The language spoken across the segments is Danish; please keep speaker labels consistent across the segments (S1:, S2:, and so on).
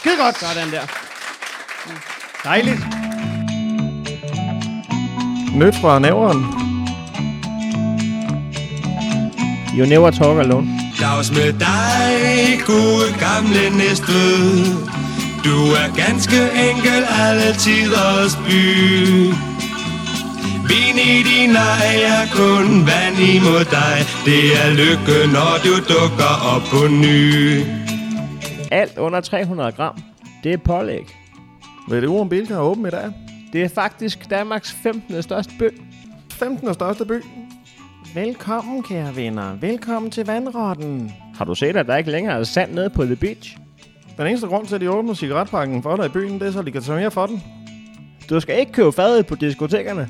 S1: Skide godt.
S2: Sådan der.
S1: Dejligt.
S3: Nyt fra næveren.
S2: You never talk alone.
S4: Dags med dig, gode gamle næste. Du er ganske enkel alle tiders by. Vin i din ej er kun vand imod dig. Det er lykke, når du dukker op på ny.
S2: Alt under 300 gram, det er pålæg.
S3: VDU om Bilka er åben i dag.
S2: Det er faktisk Danmarks 15. største bøl.
S3: 15. største by. Velkommen, kære venner. Velkommen til vandrotten.
S2: Har du set, at der ikke længere er sand nede på The Beach?
S3: Den eneste grund til, at de åbner cigaretpakken for dig i byen, det er, så de kan tage mere for den.
S2: Du skal ikke købe fadet på diskotekerne.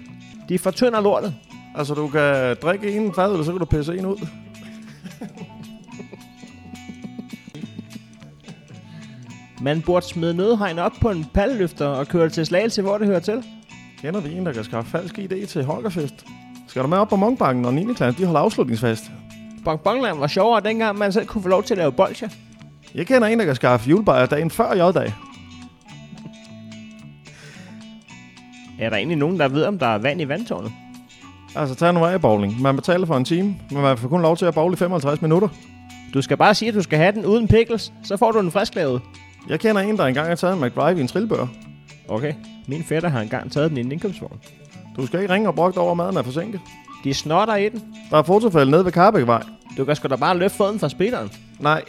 S2: De fortynder lortet.
S3: Altså, du kan drikke en fadøl, så kan du pisse en ud.
S2: Man burde smide nødhegn op på en palleløfter og køre det til slagelse, hvor det hører til.
S3: Kender vi en, der kan skaffe falsk ID til Holgerfest? Skal du med op på Munkbanken, når 9. klasse de holder afslutningsfest?
S2: Bongbongland var sjovere dengang, man selv kunne få lov til at lave bolcher.
S3: Jeg kender en, der kan skaffe julebajer dagen før J-dag.
S2: Er der egentlig nogen, der ved, om der er vand i vandtårnet?
S3: Altså, tag nu af bowling. Man betaler for en time, men man får kun lov til at bowle i 55 minutter.
S2: Du skal bare sige, at du skal have den uden pickles, så får du den frisklavet.
S3: Jeg kender en, der engang har taget en McDrive i en trillebør.
S2: Okay, min fætter har engang taget den i en indkøbsvogn.
S3: Du skal ikke ringe og brokke dig over, at maden er forsinket.
S2: De snotter i den.
S3: Der er fotofælde nede ved Karbækvej.
S2: Du kan sgu da bare løfte foden fra spilleren.
S3: Nej,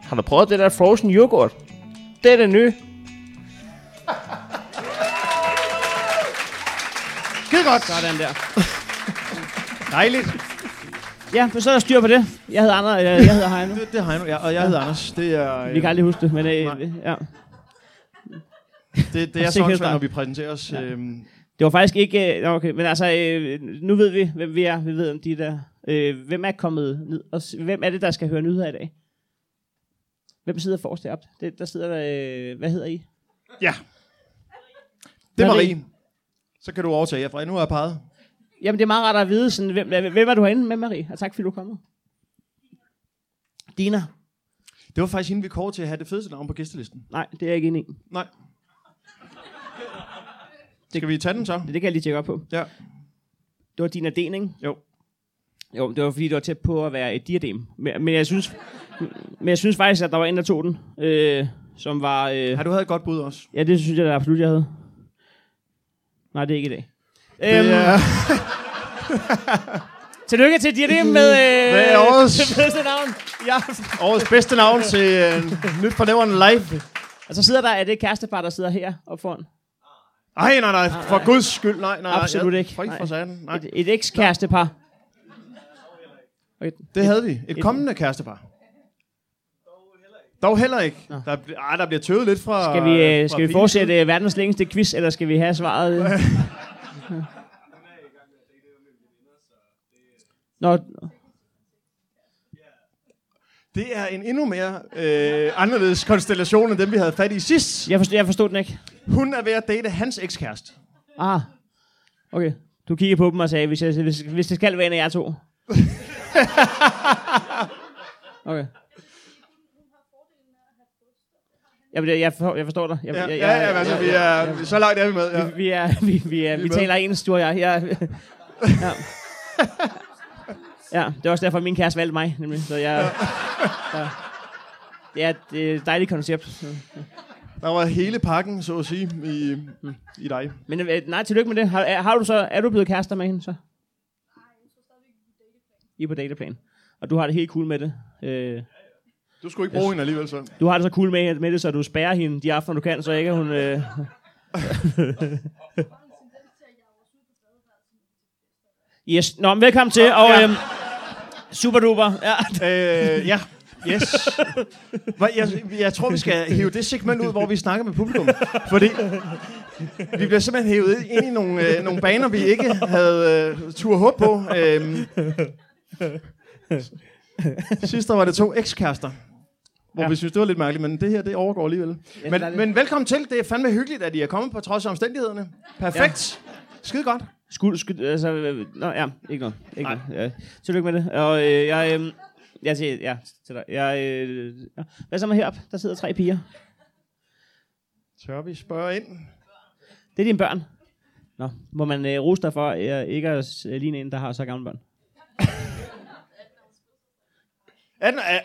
S2: Har du prøvet det der frozen yoghurt? Det er det nye.
S1: Skide godt.
S2: Sådan der.
S1: Dejligt.
S5: Ja, men så er der styr på det. Jeg hedder, Anders, jeg, jeg hedder Heino.
S1: Det, det har jeg nu. Ja, og jeg hedder Anders. Det er, øh,
S5: Vi kan aldrig huske det, men øh,
S1: Nej.
S5: ja.
S1: det, det
S5: Jeg
S1: er
S5: er sikker
S1: sådan,
S5: på dig.
S1: når vi præsenterer os. Ja. Øhm,
S5: Det var faktisk ikke... Øh, nå, okay, men altså, øh, nu ved vi, hvem vi er. Vi ved, om de der... Øh, hvem er kommet ned? Og s- hvem er det, der skal høre nyheder i dag? Hvem sidder forrest deroppe? Det, der sidder... Øh, hvad hedder I?
S1: ja. Det er
S5: Marie.
S1: Marie. Så kan du overtage herfra. Nu har jeg peget.
S5: Jamen, det er meget rart at vide, sådan, hvem, hvem er du herinde med, Marie? Og tak, fordi du er kommet. Dina?
S1: Det var faktisk hende, vi kårede til at have det fedeste navn på gæstelisten.
S5: Nej, det er jeg ikke enig i.
S1: Nej. Skal vi tage den så?
S5: Det kan jeg lige tjekke op på.
S1: Ja.
S5: Det var Dina Den, ikke?
S1: Jo.
S5: Jo, det var fordi, det var tæt på at være et diadem. Men, men, jeg, synes, men jeg synes faktisk, at der var en, der tog den, øh, som var... Øh,
S1: Ja, du havde et godt bud også.
S5: ja, det synes jeg da absolut, jeg havde. Nej, det er ikke i dag. Øhm,
S1: Det er,
S5: Tillykke til diadem med... Øh,
S1: det er årets,
S5: bedste navn. Ja.
S1: årets bedste navn til øh, Nyt Fornæveren Live.
S5: Og så sidder der, er det kærestepar, der sidder her op foran?
S1: Ej, nej, nej. For guds skyld, nej, nej. nej.
S5: Absolut
S1: Jeg-
S5: ikke.
S1: For ikke
S5: Nej.
S1: for satan. Nej.
S5: Et, et ekskærestepar.
S1: Det havde vi. Et kommende kærestepar. Dog heller ikke. Der, bl- ej, der bliver tøvet lidt fra...
S5: Skal vi, øh,
S1: fra
S5: skal vi
S1: Pines
S5: fortsætte øh, verdens længste quiz, eller skal vi have svaret? øh? Nå,
S1: side. Det er en endnu mere øh, anderledes konstellation, end den vi havde fat i sidst.
S5: jeg forstod, jeg forstod den ikke.
S1: Hun er ved at date hans ekskæreste.
S5: Ah, okay. Du kiggede på dem og sagde, hvis, jeg, hvis, hvis det skal være en af jer to. okay. Jamen, det- jeg forstår, jeg forstår dig. Jeg,
S1: Ja,
S5: jeg,
S1: ja, ja, altså, vi er, så langt er vi med. Ja.
S5: Vi er, vi, vi er, vi
S1: med.
S5: taler ens, du og jeg. Ja. ja. ja, det er også derfor, min kæreste valgte mig, nemlig. Så jeg, ja. Det er et øh, dejligt koncept.
S1: Der var hele pakken, så at sige, i, i dig.
S5: Men øh, nej, tillykke med det. Har, er, har du så, er du blevet kærester med hende så? Nej, jeg tror stadigvæk, vi er på dateplan. Og du har det helt cool med det. Øh,
S1: Du skulle ikke bruge hende alligevel, så.
S5: du har det så cool med, med det, så du spærrer hende de aftener, du kan, så ikke at hun... Øh, yes, nå, men velkommen til, og
S1: Ja.
S5: øh, super duper. Ja.
S1: Øh, ja. Yes. Hva- Jeg, jeg tror, vi skal hive det segment ud, hvor vi snakker med publikum. Fordi vi bliver simpelthen hævet ind i nogle, øh, nogle baner, vi ikke havde øh, tur håb på. Øhm. Sidst der var det to ekskærester. Hvor ja. vi synes, det var lidt mærkeligt, men det her, det overgår alligevel. Men, men velkommen til. Det er fandme hyggeligt, at I er kommet på trods af omstændighederne. Perfekt. Ja. Skide godt.
S5: Skud, skud, altså, øh, nå, ja, ikke noget. Ikke noget. Ja. Tillykke med det. Og øh, jeg, øh, jeg siger, ja, til dig. Jeg, øh, ja. hvad så med heroppe? Der sidder tre piger.
S1: Tør vi spørge ind?
S5: Det er dine børn. Nå, må man øh, rose dig for øh, ikke at øh, ligne en, der har så gamle børn?
S1: Er den, er,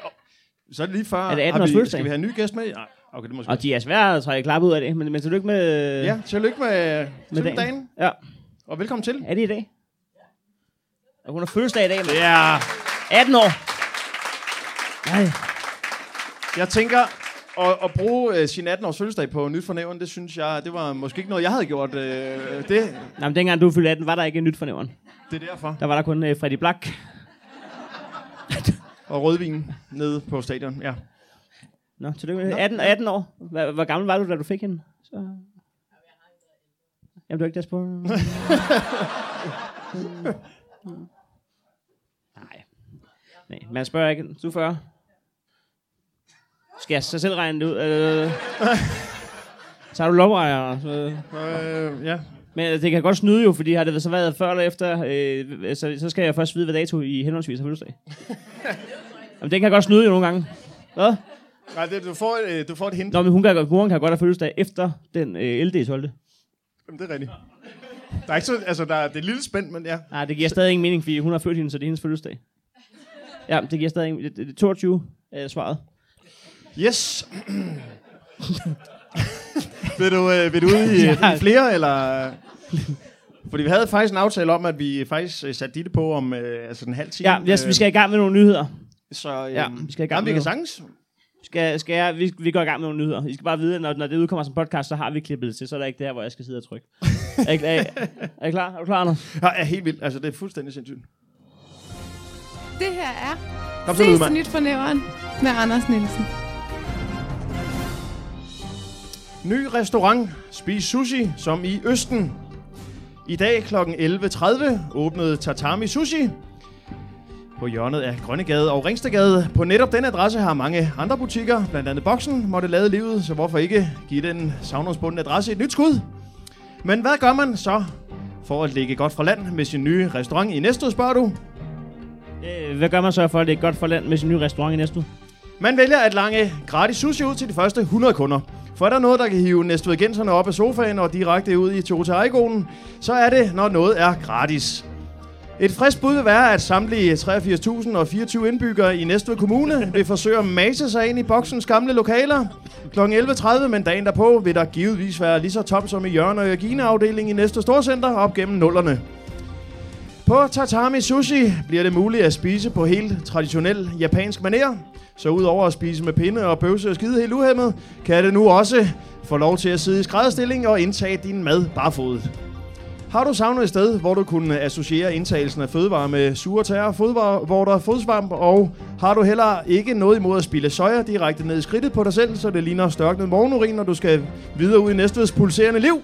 S1: så er det lige før.
S5: Er det 18
S1: Har
S5: års
S1: vi-
S5: fødselsdag?
S1: Skal vi have en ny gæst med? Nej, okay, det må sgu-
S5: Og de er svære at trække klap ud af det, men, men tillykke med, øh,
S1: Ja, tillykke Øh. med,
S5: med
S1: med dagen. dagen.
S5: Ja.
S1: Og velkommen til.
S5: Er det i dag? Og hun har fødselsdag i dag, men
S1: Ja,
S5: 18 år. Nej.
S1: jeg tænker, at, at bruge øh, sin 18-års fødselsdag på nyt fornævren, det synes jeg, det var måske ikke noget, jeg havde gjort. Øh, det,
S5: Nej, men dengang du fyldte 18, var der ikke et nyt fornævren.
S1: det er derfor.
S5: Der var der kun øh, Freddy Black.
S1: Og rødvin nede på stadion, ja.
S5: Nå, tillykke med det. 18, 18 år. Hvor, hvor gammel var du, da du fik hende? Så... Jamen, du er ikke deres på. Nej. Nej, man spørger ikke. Du er 40. Skal jeg så selv regne det ud? Øh... Så har du lommerejer. og Så...
S1: Øh, ja.
S5: Men det kan godt snyde jo, fordi har det så været før eller efter, øh, så, så skal jeg først vide, hvad dato I henholdsvis har fødselsdag. Jamen, den kan godt snyde jo nogle gange. Hvad?
S1: Nej, det, du, får, øh, du får et hint.
S5: Nå, men hun kan, godt- moren kan godt have fødselsdag efter den øh, LD 12.
S1: Jamen, det er rigtigt. Der er ikke så, altså, der er, det er et lille spændt, men ja.
S5: Nej, det giver stadig ingen mening, fordi hun har født hende, så det er hendes fødselsdag. Ja, det giver stadig ingen det- det- det er 22 er svaret.
S1: Yes. vil, du, øh, vil du ud i, ja. i flere, eller... Fordi vi havde faktisk en aftale om, at vi faktisk øh, satte dit på om øh, altså en halv time.
S5: Ja, yes, vi skal i gang med nogle nyheder.
S1: Så, øh,
S5: ja, vi skal i gang
S1: jamen, vi
S5: med
S1: kan
S5: noget.
S1: sagtens.
S5: Skal, skal jeg, vi, vi går i gang med nogle nyheder. I skal bare vide, at når, når det udkommer som podcast, så har vi klippet det til, så er der ikke det her, hvor jeg skal sidde og trykke. er, I, er, I, er I klar? Er du klar, Anders?
S1: Ja, er helt vildt. Altså, det er fuldstændig sindssygt.
S6: Det her er
S1: Kom så,
S6: Sidste
S1: Lydmand.
S6: Nyt fra Næveren med Anders Nielsen.
S1: Ny restaurant. Spis sushi, som i Østen. I dag kl. 11.30 åbnede Tatami Sushi på hjørnet af Grønnegade og Ringstegade. På netop den adresse har mange andre butikker, blandt andet Boksen, måtte lade livet, så hvorfor ikke give den savnomsbundne adresse et nyt skud? Men hvad gør man så for at ligge godt fra land med sin nye restaurant i næste, spørger du?
S5: Øh, hvad gør man så for, at det er godt for land med sin nye restaurant i næste uge?
S1: Man vælger at lange gratis sushi ud til de første 100 kunder. For er der noget, der kan hive næstvediggenserne op af sofaen og direkte ud i Toyota Aygo'en, så er det, når noget er gratis. Et frisk bud vil være, at samtlige 83.024 indbyggere i Næstved Kommune vil forsøge at mase sig ind i boksens gamle lokaler. Kl. 11.30, men dagen derpå, vil der givetvis være lige så tom som i Jørgen og Jørgine-afdelingen i næste storcenter op gennem nullerne. På Tatami Sushi bliver det muligt at spise på helt traditionel japansk maner. Så udover at spise med pinde og bøvse og skide helt uhemmet, kan det nu også få lov til at sidde i skrædderstilling og indtage din mad barfodet. Har du savnet et sted, hvor du kunne associere indtagelsen af fødevarer med sure tæer, fodvorter, fodsvamp, og har du heller ikke noget imod at spille soja direkte ned i skridtet på dig selv, så det ligner størknet morgenurin, når du skal videre ud i næstveds pulserende liv,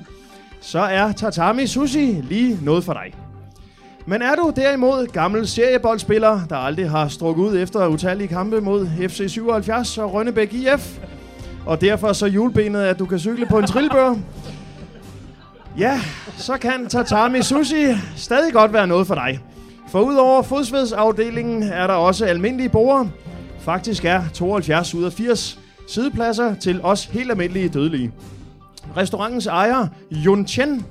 S1: så er Tatami Sushi lige noget for dig. Men er du derimod gammel serieboldspiller, der aldrig har strukket ud efter utallige kampe mod FC 77 og Rønnebæk IF, og derfor så julebenet, at du kan cykle på en trillebør, ja, så kan Tatami Sushi stadig godt være noget for dig. For udover fodsvedsafdelingen er der også almindelige borgere. Faktisk er 72 ud af 80 sidepladser til os helt almindelige dødelige. Restaurantens ejer, Jun Chen,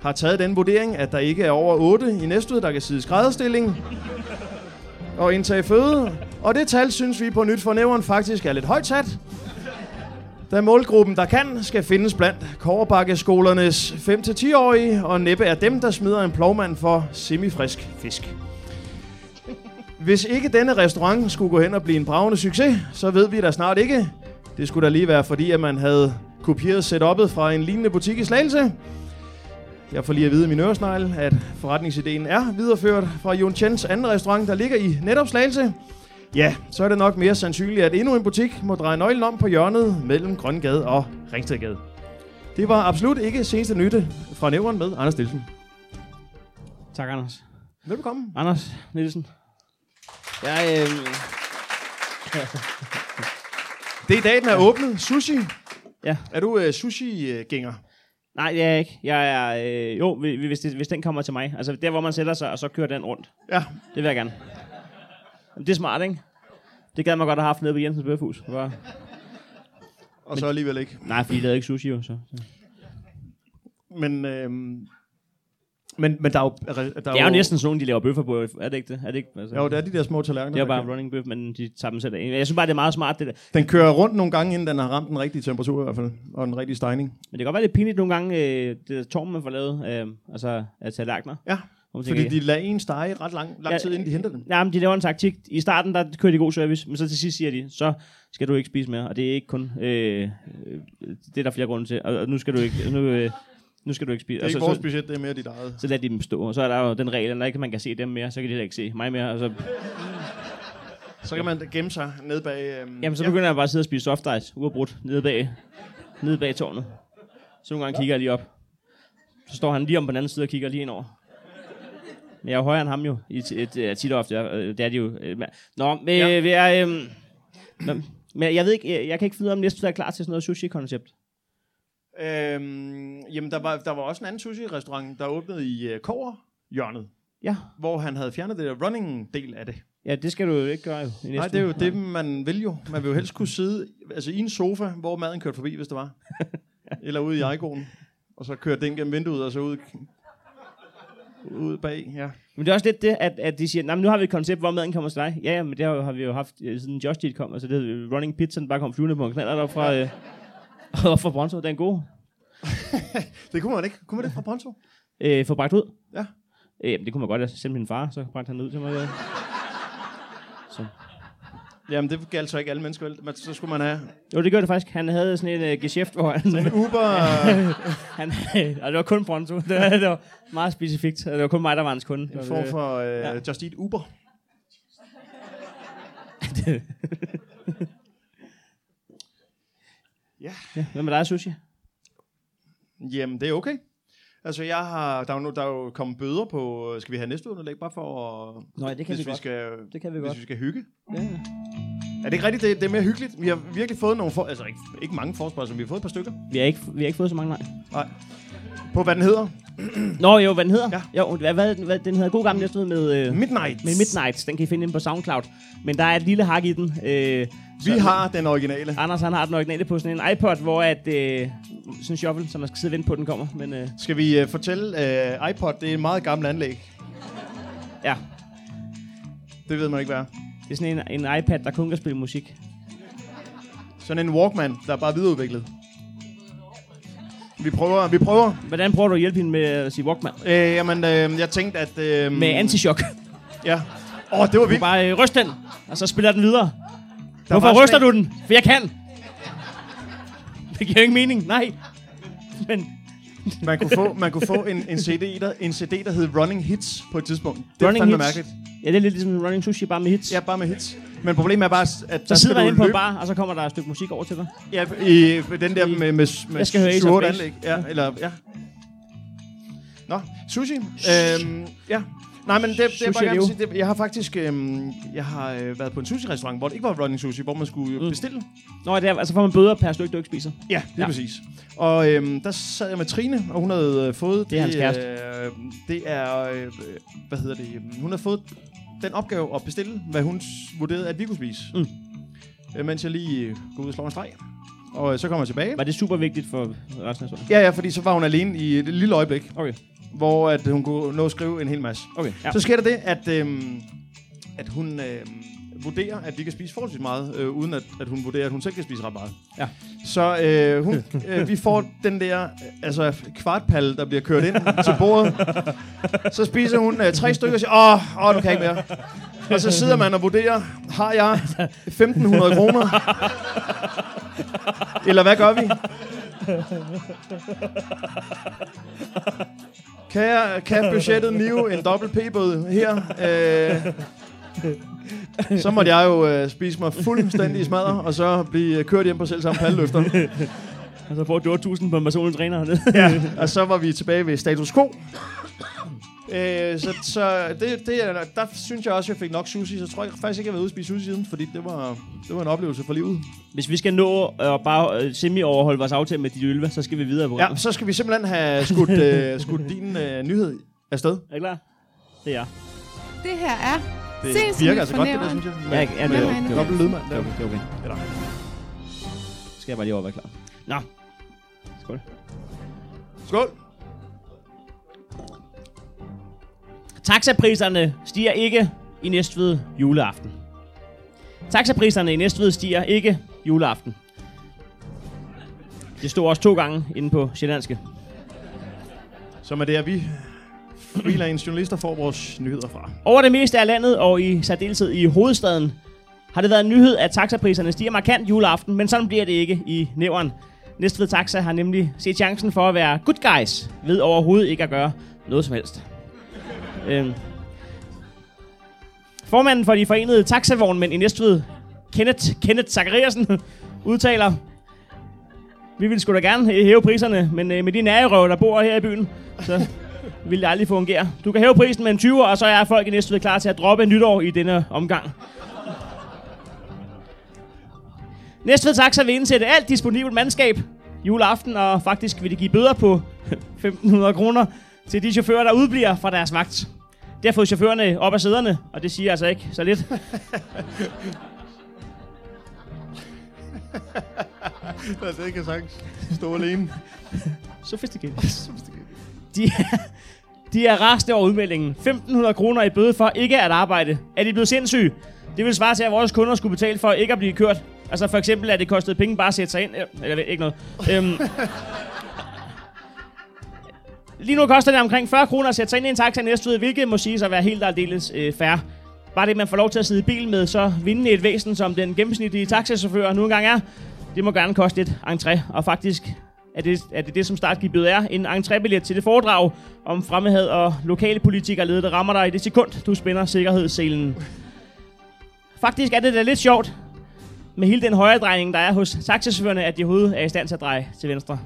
S1: har taget den vurdering, at der ikke er over 8 i Næstved, der kan sidde i skrædderstilling og indtage føde. Og det tal synes vi på Nyt for Nævren faktisk er lidt højt sat. Da målgruppen, der kan, skal findes blandt Kårebakkeskolernes 5-10-årige, og næppe er dem, der smider en plovmand for semifrisk fisk. Hvis ikke denne restaurant skulle gå hen og blive en bravende succes, så ved vi da snart ikke. Det skulle da lige være fordi, at man havde kopieret setup'et fra en lignende butik i Slagelse. Jeg får lige at vide i min øresnegl, at forretningsideen er videreført fra Jon Chens anden restaurant, der ligger i netop Slagelse. Ja, så er det nok mere sandsynligt, at endnu en butik må dreje nøglen om på hjørnet mellem Grøngade og Ringstedgade. Det var absolut ikke seneste nytte fra Nævren med Anders Nielsen.
S5: Tak, Anders.
S1: Velkommen.
S5: Anders Nielsen. Jeg, øh,
S1: Det er i dag, den er åbnet. Sushi.
S5: Ja.
S1: Er du øh, sushi-gænger?
S5: nej, det er jeg ikke. Jeg er, øh, jo, hvi- hvi- hvis, det, hvis den kommer til mig. Altså, der hvor man sætter sig, og så kører den rundt.
S1: Ja.
S5: Det vil jeg gerne. Jamen, Det er smart, ikke? Det gad man godt have haft nede på Jensens Bøfhus. Bare...
S1: Og så alligevel ikke.
S5: Nej, fordi de lavede ikke sushi jo, så.
S1: Men, øhm, men, men der er jo... Der
S5: Det er jo næsten sådan nogen, de laver bøffer på, er det ikke det? Er det ikke? Altså,
S1: Jo, der er de der små tallerkener.
S5: det er jo
S1: der
S5: bare en running bøf, men de tager dem selv af. Jeg synes bare, det er meget smart, det der.
S1: Den kører rundt nogle gange, inden den har ramt den rigtige temperatur i hvert fald, og den rigtige stejning.
S5: Men det kan godt være lidt pinligt nogle gange, øh, det der torm, man får lavet, øh, altså at tage lagner.
S1: Ja,
S5: Hvor man
S1: fordi
S5: tænker,
S1: de lader en stege ret lang, lang
S5: Ja.
S1: tid, inden de henter den.
S5: Ja, men de laver en taktik. I starten, der kører de god service, men så til sidst siger de, så skal du ikke spise mere. Og det er ikke kun... Øh, øh, det er der flere grunde til. Og, og nu skal du ikke... Nu, øh, nu skal du ikke spise.
S1: Det er ikke
S5: og Altså, så,
S1: vores
S5: så,
S1: budget, det er mere dit eget.
S5: så lader de dem stå, og så er der jo den regel, at når ikke man kan se dem mere, så kan de heller ikke se mig mere. Og så,
S1: Så kan man gemme sig ned bag... Øhm,
S5: jamen, så begynder jeg bare at sidde og spise soft ice, uafbrudt, nede bag, nede bag tårnet. Så nogle gange kigger jeg lige op. Så står han lige om på den anden side og kigger lige ind over. Men jeg er jo højere end ham jo, i t- et, et, tit og ofte. øh, Det er de jo. øh, men- Nå, men, ja. vi er, øhm, nå, men jeg ved ikke, øh, jeg, jeg kan ikke finde ud af, om næste er klar til sådan noget sushi-koncept.
S1: Øhm, jamen, der var, der var også en anden sushi-restaurant, der åbnede i øh, Kover hjørnet,
S5: Ja.
S1: hvor han havde fjernet det der running-del af det.
S5: ja, det skal du jo ikke gøre jo. i næste
S1: Nej, det er jo
S5: uge.
S1: det, man vil jo. Man vil jo helst kunne sidde altså, i en sofa, hvor maden kørte forbi, hvis det var. Eller ude i Ejgoen. Og så kørte den gennem vinduet, og så ud, ud bag. Ja.
S5: Men det er også lidt det, at, at de siger, "Nå, men nu har vi et koncept, hvor maden kommer til dig. Ja, ja, men det har, har vi jo haft, øh, siden Just Eat kom. Altså det hed øh, Running Pizza, den bare kom flyvende på en knaller deroppe fra, øh, og fra Bronzo. Den er god.
S1: Det kunne man ikke. Kunne man det fra Ponto?
S5: Øh, få bragt ud.
S1: Ja.
S5: Øh, jamen, det kunne man godt have sendt min far, så bragte han den ud til mig. ja. Så.
S1: Jamen, det galt så ikke alle mennesker, vel? Men så skulle man have
S5: Jo, det gør det faktisk. Han havde sådan en øh, geschæft, hvor han...
S1: Uber.
S5: han øh, og det var kun Bronzo. Det var, det var meget specifikt. Og det var kun mig, der var hans kunde.
S1: en form for øh, Just Eat Uber.
S5: Hvad med dig, Sushi?
S1: Jamen, det er okay. Altså, jeg har, der, er jo, nu- der er jo kommet bøder på, øh, skal vi have næste underlæg, bare for at,
S5: Nå, ja, det kan
S1: hvis
S5: vi
S1: vi,
S5: godt.
S1: skal,
S5: Det kan vi
S1: hvis
S5: godt.
S1: vi skal hygge.
S5: Ja, ja.
S1: Er det ikke rigtigt? Det, det er mere hyggeligt. Vi har virkelig fået nogle, for, altså ikke, ikke mange forspørgseler, men vi har fået et par stykker.
S5: Vi har ikke, vi har ikke fået så mange nej.
S1: På hvad den hedder.
S5: Nå jo, hvad den hedder?
S1: Ja.
S5: Ja. Jo, hvad, hvad, den- hvad, den hedder god gammel næste uge med, øh,
S1: Midnight.
S5: med Midnights. Den kan I finde inde på SoundCloud. Men der er et lille hak i den. Øh,
S1: Vi har den originale.
S5: Anders han har den originale på sådan en iPod, hvor at, øh, sådan en shuffle, som man skal sidde og vente på, den kommer. Men øh,
S1: Skal vi uh, fortælle, uh, iPod, det er et meget gammelt anlæg.
S5: ja,
S1: Det ved man ikke, hvad er.
S5: det er sådan en, en iPad, der kun kan spille musik.
S1: Sådan en Walkman, der er bare videreudviklet. Vi prøver, vi prøver.
S5: Hvordan prøver du at hjælpe hende med at sige Walkman? Mm.
S1: Øh, jamen, øh, jeg tænkte, at... Øh,
S5: Med anti-shock.
S1: Ja. Åh, oh, det var
S5: Du
S1: vildt.
S5: bare øh, ryst den, og så spiller den videre.
S1: Der
S5: Hvorfor
S1: var sådan
S5: ryster
S1: en-
S5: du den? For jeg kan. Det giver jo ikke mening. Nej. Men
S1: Man kunne få, man kunne få en, en, CD, der, en CD, der hed Running Hits på et tidspunkt. Det
S5: Running
S1: er fandme
S5: Hits.
S1: mærkeligt.
S5: ja, det er lidt ligesom Running Sushi, bare med hits.
S1: Ja, bare med hits. Men problemet er bare, at...
S5: Så sidder man inde på en
S1: løbe-
S5: bar, og så kommer der et stykke musik over til dig.
S1: Ja, i den der med, med, med
S5: Jeg skal høre Ace of
S1: 7-8
S5: Base. Mm.
S1: anlæg. Ja, eller, ja. Nå, sushi. Øhm, ja. Nej, men det, det er
S5: Sushi
S1: bare
S5: er
S1: gerne
S5: leve.
S1: at sige, det, jeg har faktisk øhm, jeg har øh, været på en sushi-restaurant, hvor det ikke var running sushi, hvor man skulle mm. bestille.
S5: Nå, det er, altså får man bøder per stykke, du ikke spiser.
S1: Ja, det er
S5: Ja.
S1: ja. præcis. Og øhm, der sad jeg med Trine, og hun havde øh, fået...
S5: Det er hans kæreste.
S1: øh, Det er... Øh, hvad hedder det? øhm, Hun havde fået den opgave at bestille, hvad hun s- vurderede, at vi kunne spise.
S5: Mm.
S1: Øh, mens jeg lige øh, går ud og slår en streg. Og øh, så kommer jeg tilbage.
S5: Var det super vigtigt for resten af sommeren?
S1: Ja, ja, fordi så var hun alene i et lille øjeblik,
S5: Okay.
S1: hvor at hun kunne nå at skrive en hel masse.
S5: Okay. Ja.
S1: Ja. Så sker der det, at, øhm, at hun øhm, vurderer, at vi kan spise forholdsvis meget, øh, uden at, at hun vurderer, at hun selv kan spise ret meget.
S5: Ja.
S1: Så øh, hun, øh, vi får den der øh, altså, kvartpalle, der bliver kørt ind til bordet. Så spiser hun øh, tre stykker og siger, åh, åh, nu kan jeg ikke mere. Og så sidder man og vurderer, har jeg 1.500 kroner? Eller hvad gør vi? Kan, jeg, kan budgettet nive en dobbelt p-bøde her? Øh, så måtte jeg jo øh, spise mig fuldstændig i smadret, og så blive øh, kørt hjem på selv samme palleløfter.
S5: Og så får du 8.000 på en personlig træner hernede.
S1: Og så var vi tilbage ved status quo. Øh, så så det, det, er- der synes jeg også, at jeg fik nok sushi. Så tror jeg faktisk ikke, jeg har været ude at spise sushi siden, fordi det var, det var en oplevelse for livet.
S5: Hvis vi skal nå at bare øh, semi-overholde vores aftale med dit ølve, så skal vi videre på
S1: Ja, så skal vi simpelthen have skudt, øh, skudt din øh, nyhed afsted.
S5: Er I klar? Det er jeg.
S6: Det her er
S1: Det
S6: Se, som
S1: virker
S6: vi
S1: altså godt, det der,
S6: fornævner.
S1: synes jeg.
S2: Ja, ja, det,
S6: Hvem
S2: det,
S6: er
S2: det,
S6: det?
S2: det,
S1: Dobbelt lydmand.
S2: det, er okay, det, er okay.
S1: Eller-
S2: Skal jeg bare lige overveje klar.
S1: Skål!
S5: Taxapriserne stiger ikke i Næstved juleaften. Taxapriserne i Næstved stiger ikke juleaften. Det stod også to gange inde på Sjællandske.
S1: Som er det, at vi freelance journalister får vores nyheder fra.
S5: Over det meste af landet og i særdeleshed i hovedstaden har det været en nyhed, at taxapriserne stiger markant juleaften, men sådan bliver det ikke i nævren. Næstved Taxa har nemlig set chancen for at være good guys ved overhovedet ikke at gøre noget som helst. øhm. Formanden for de forenede taxavognmænd i Næstved, Kenneth, Kenneth Zachariasen, udtaler, vi ville sgu da gerne øh, hæve priserne, men øh, med de nærerøver, der bor her i byen, så vil det aldrig fungere. Du kan hæve prisen med en 20'er, og så er folk i Næstved klar til at droppe nytår i denne omgang. Næstved Taxa vil indsætte alt disponibelt mandskab juleaften, og faktisk vil de give bøder på 1.500 kroner til de chauffører, der udbliver fra deres vagt. Det har fået chaufførerne op af sæderne, og det siger altså ikke så lidt.
S1: Altså, det kan sagtens stå alene.
S5: Sofistikeret. De er, de er rasende over udmeldingen. 1.500 kroner i bøde for ikke at arbejde. Er de blevet sindssyge? Det vil svare til, at vores kunder skulle betale for ikke at blive kørt. Altså for eksempel, at det kostede penge bare at sætte sig ind. Øh, Eller ikke noget. Øhm, lige nu koster det omkring 40 kroner at sætte sig ind i en taxa i Næstved, hvilket må siges at være helt og aldeles øh, fair. Bare det, at man får lov til at sidde i bil med så vindende et væsen, som den gennemsnitlige taxachauffør nu engang er, det må gerne koste et entré, og faktisk er det er det, det, som startgibet er. En entrébillet til det foredrag om fremmedhed og lokale politikere ledet, der rammer dig i det sekund, du spænder sikkerhedsselen. Faktisk er det da lidt sjovt med hele den højre drejning, der er hos taxachaufførerne, at de overhovedet er i stand til at dreje til venstre.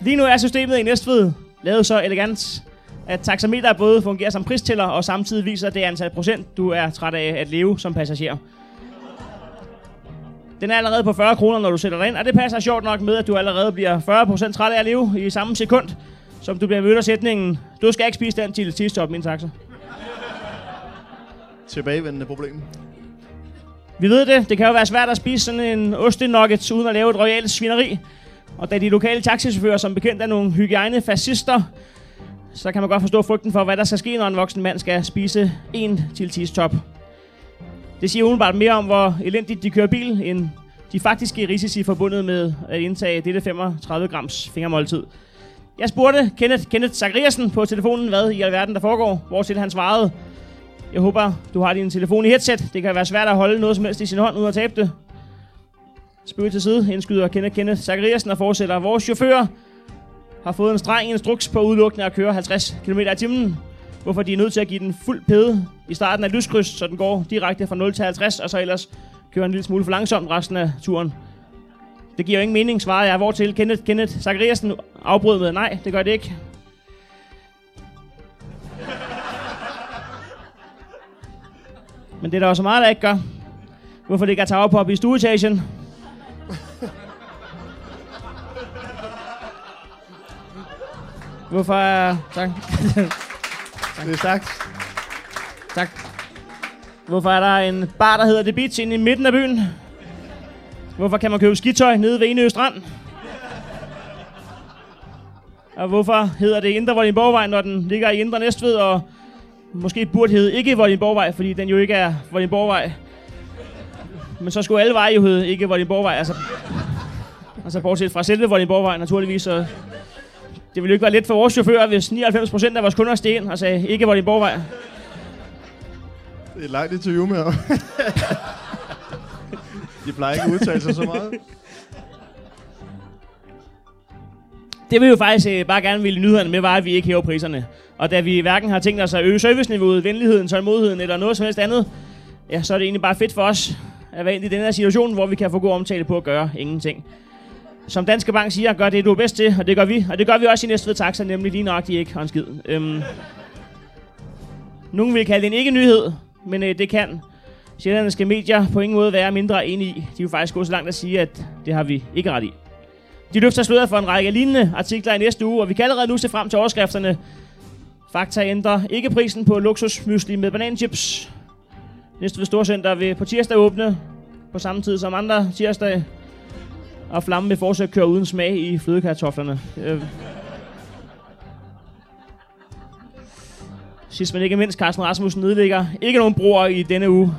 S5: Lige nu er systemet i Næstved lavet så elegant, at taxameter både fungerer som pristæller og samtidig viser det antal procent, du er træt af at leve som passager. Den er allerede på 40 kroner, når du sætter dig ind, og det passer sjovt nok med, at du allerede bliver 40% træt af at leve i samme sekund, som du bliver mødt af sætningen, du skal ikke spise den til sidste op min taxa.
S1: Tilbagevendende problem.
S5: Vi ved det, det kan jo være svært at spise sådan en ostenuggets uden at lave et royalt svineri. Og da de lokale taxichauffører som bekendt er nogle hygiejnefascister, så kan man godt forstå frygten for, hvad der skal ske, når en voksen mand skal spise en til top. Det siger umiddelbart mere om, hvor elendigt de kører bil, end de faktiske risici forbundet med at indtage dette 35 grams fingermåltid. Jeg spurgte Kenneth, Kenneth Zachariasen på telefonen, hvad i alverden der foregår, hvortil han svarede, jeg håber, du har din telefon i headset. Det kan være svært at holde noget som helst i sin hånd, uden at tabe det. Spøg til side, indskyder Kenneth Kenneth Zachariasen og fortsætter. Vores chauffør har fået en streng instruks på udelukkende at køre 50 km i timen. Hvorfor de er nødt til at give den fuld pede i starten af lyskryds, så den går direkte fra 0 til 50, og så ellers kører en lille smule for langsomt resten af turen. Det giver jo ingen mening, svarer jeg. Hvortil Kenneth, Kenneth Zachariasen afbrød med, nej, det gør det ikke. Men det er der også meget, der ikke gør. Hvorfor ligger Tower Pop i stueetagen? Hvorfor er... Tak.
S1: Det er stærkt.
S5: tak. Hvorfor er der en bar, der hedder The Beach inde i midten af byen? Hvorfor kan man købe skitøj nede ved Enø Strand? Og hvorfor hedder det Indre Vordingborgvej, når den ligger i Indre Næstved, og måske burde hedde ikke Vordingborgvej, fordi den jo ikke er Vordingborgvej. Men så skulle alle veje jo hedde ikke Vordingborgvej, altså... Altså bortset fra selve Vordingborgvej, naturligvis, så... Det ville jo ikke være let for vores chauffører, hvis 99% af vores kunder steg ind og sagde, ikke Vordingborgvej.
S1: Det er et langt interview med ham. De plejer ikke at udtale sig så meget.
S5: Det vi jo faktisk øh, bare gerne ville i nyhederne med, var, at vi ikke hæver priserne. Og da vi hverken har tænkt os at øge serviceniveauet, venligheden, tålmodigheden eller noget som helst andet, ja, så er det egentlig bare fedt for os at være ind i den her situation, hvor vi kan få god omtale på at gøre ingenting. Som Danske Bank siger, gør det, du er bedst til, og det gør vi. Og det gør vi også i Næstved Taxa, nemlig lige nøjagtigt ikke, og en skid. Øhm, nogen vil kalde det en ikke-nyhed, men øh, det kan sjællandske medier på ingen måde være mindre enige i. De vil faktisk gå så langt at sige, at det har vi ikke ret i. De løfter sløret for en række lignende artikler i næste uge, og vi kan allerede nu se frem til overskrifterne. Fakta ændrer ikke prisen på luksusmysli med bananchips. Næste Storcenter vil på tirsdag åbne på samme tid som andre tirsdag. Og flammen vil fortsat køre uden smag i flødekartoflerne. Øh. Sidst men ikke mindst, Carsten Rasmussen nedlægger ikke nogen broer i denne uge.